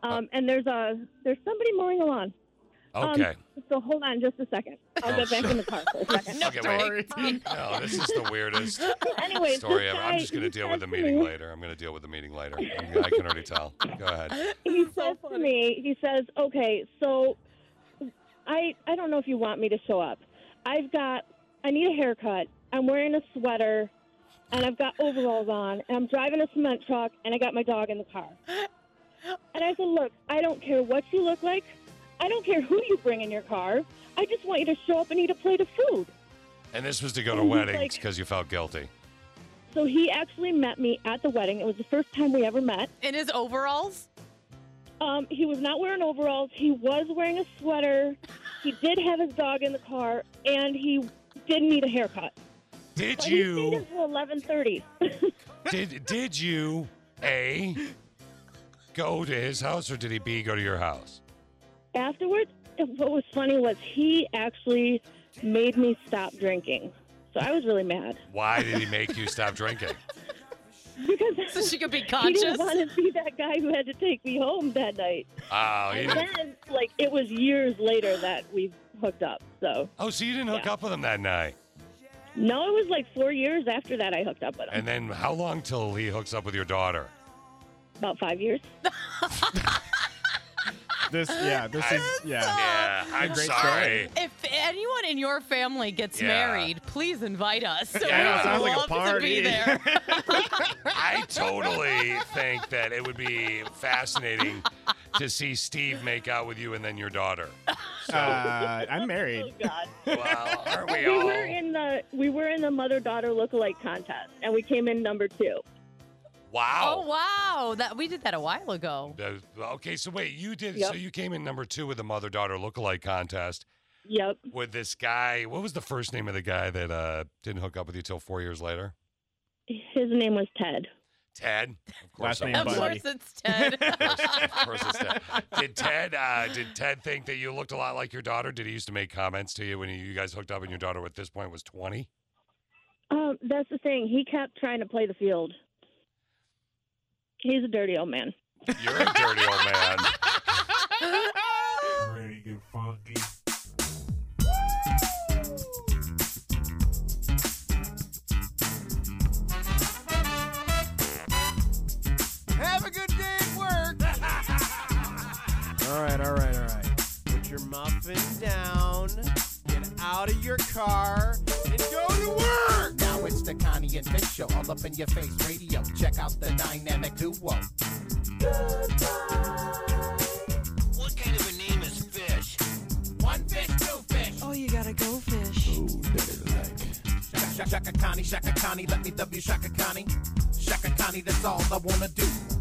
Uh.
Um, and there's a there's somebody mowing the lawn.
Okay.
Um, so hold on just a second. I'll
Oh,
get back
sure.
in the car for a second.
okay, wait. No, this is the weirdest
Anyways,
story
this
ever.
guy-
I'm just going to
he
deal with the
says to
meeting
me-
later. I'm going to deal with the meeting later. I can already tell. Go ahead.
he says to me, he says, "Okay, so I I don't know if you want me to show up. I've got I need a haircut. I'm wearing a sweater, and I've got overalls on, and I'm driving a cement truck, and I got my dog in the car." And I said, "Look, I don't care what you look like. I don't care who you bring in your car. I just want you to show up and eat a plate of food."
And this was to go to
And he's
weddings
like-
because you felt guilty.
So he actually met me at the wedding. It was the first time we ever met.
In his overalls?
Um, he was not wearing overalls. He was wearing a sweater. He did have his dog in the car, and he did need a haircut.
Did
But he stayed
you?
until eleven thirty.
Did did you a go to his house or did he b go to your house?
Afterwards, what was funny was he actually made me stop drinking. So I was really mad
Why did he make you stop drinking?
because
So she could be
he
conscious?
didn't want to be that guy who had to take me home that night.
Oh, he
And
didn't-
then, like, it was years later that we hooked up. So
oh, so you didn't hook up with him that night.
no, it was like four years after that I hooked up with him.
And then how long till he hooks up with your daughter?
About five years.
This, yeah, this is, yeah.
Yeah, I'm
Great
sorry.
If anyone in your family gets
Yeah.
married, please invite us. So
Yeah,
we would
sounds like a
love to be there.
I totally think that it would be fascinating to see Steve make out with you and then your daughter. So,
Uh, I'm married.
well, aren't we
we were
all?
in the we were in the mother daughter lookalike contest, and we came in number two.
Wow.
Oh wow, that we did that a while ago.
That- Okay, so wait, you did.
Yep.
So you came in number two with the mother daughter lookalike contest
Yep,
with this guy. What was the first name of the guy that uh, didn't hook up with you till four years later?
his name was Ted.
Ted. Of
Last
I
name
was-
Of course, it's Ted.
Of course it's Ted. Did Ted uh, did Ted think that you looked a lot like your daughter? Did he used to make comments to you when you guys hooked up and your daughter at this point was twenty?
Um, that's the thing. He kept trying to play the field. He's a dirty old man.
You're a dirty old man.
Ready to get funky.
Have a good day at work.
All right, all right, all right.
Put your muffin down. Get out of your car and go to work.
Now it's the Connie and Big Show, all up in your face radio. Check out the dynamic duo.
What kind of a name is fish?
One fish, two fish. Oh, you gotta go fish.
Shaka, shaka, shaka Connie, Shaka Connie, let me W Shaka Connie. Shaka Connie, that's all I wanna do.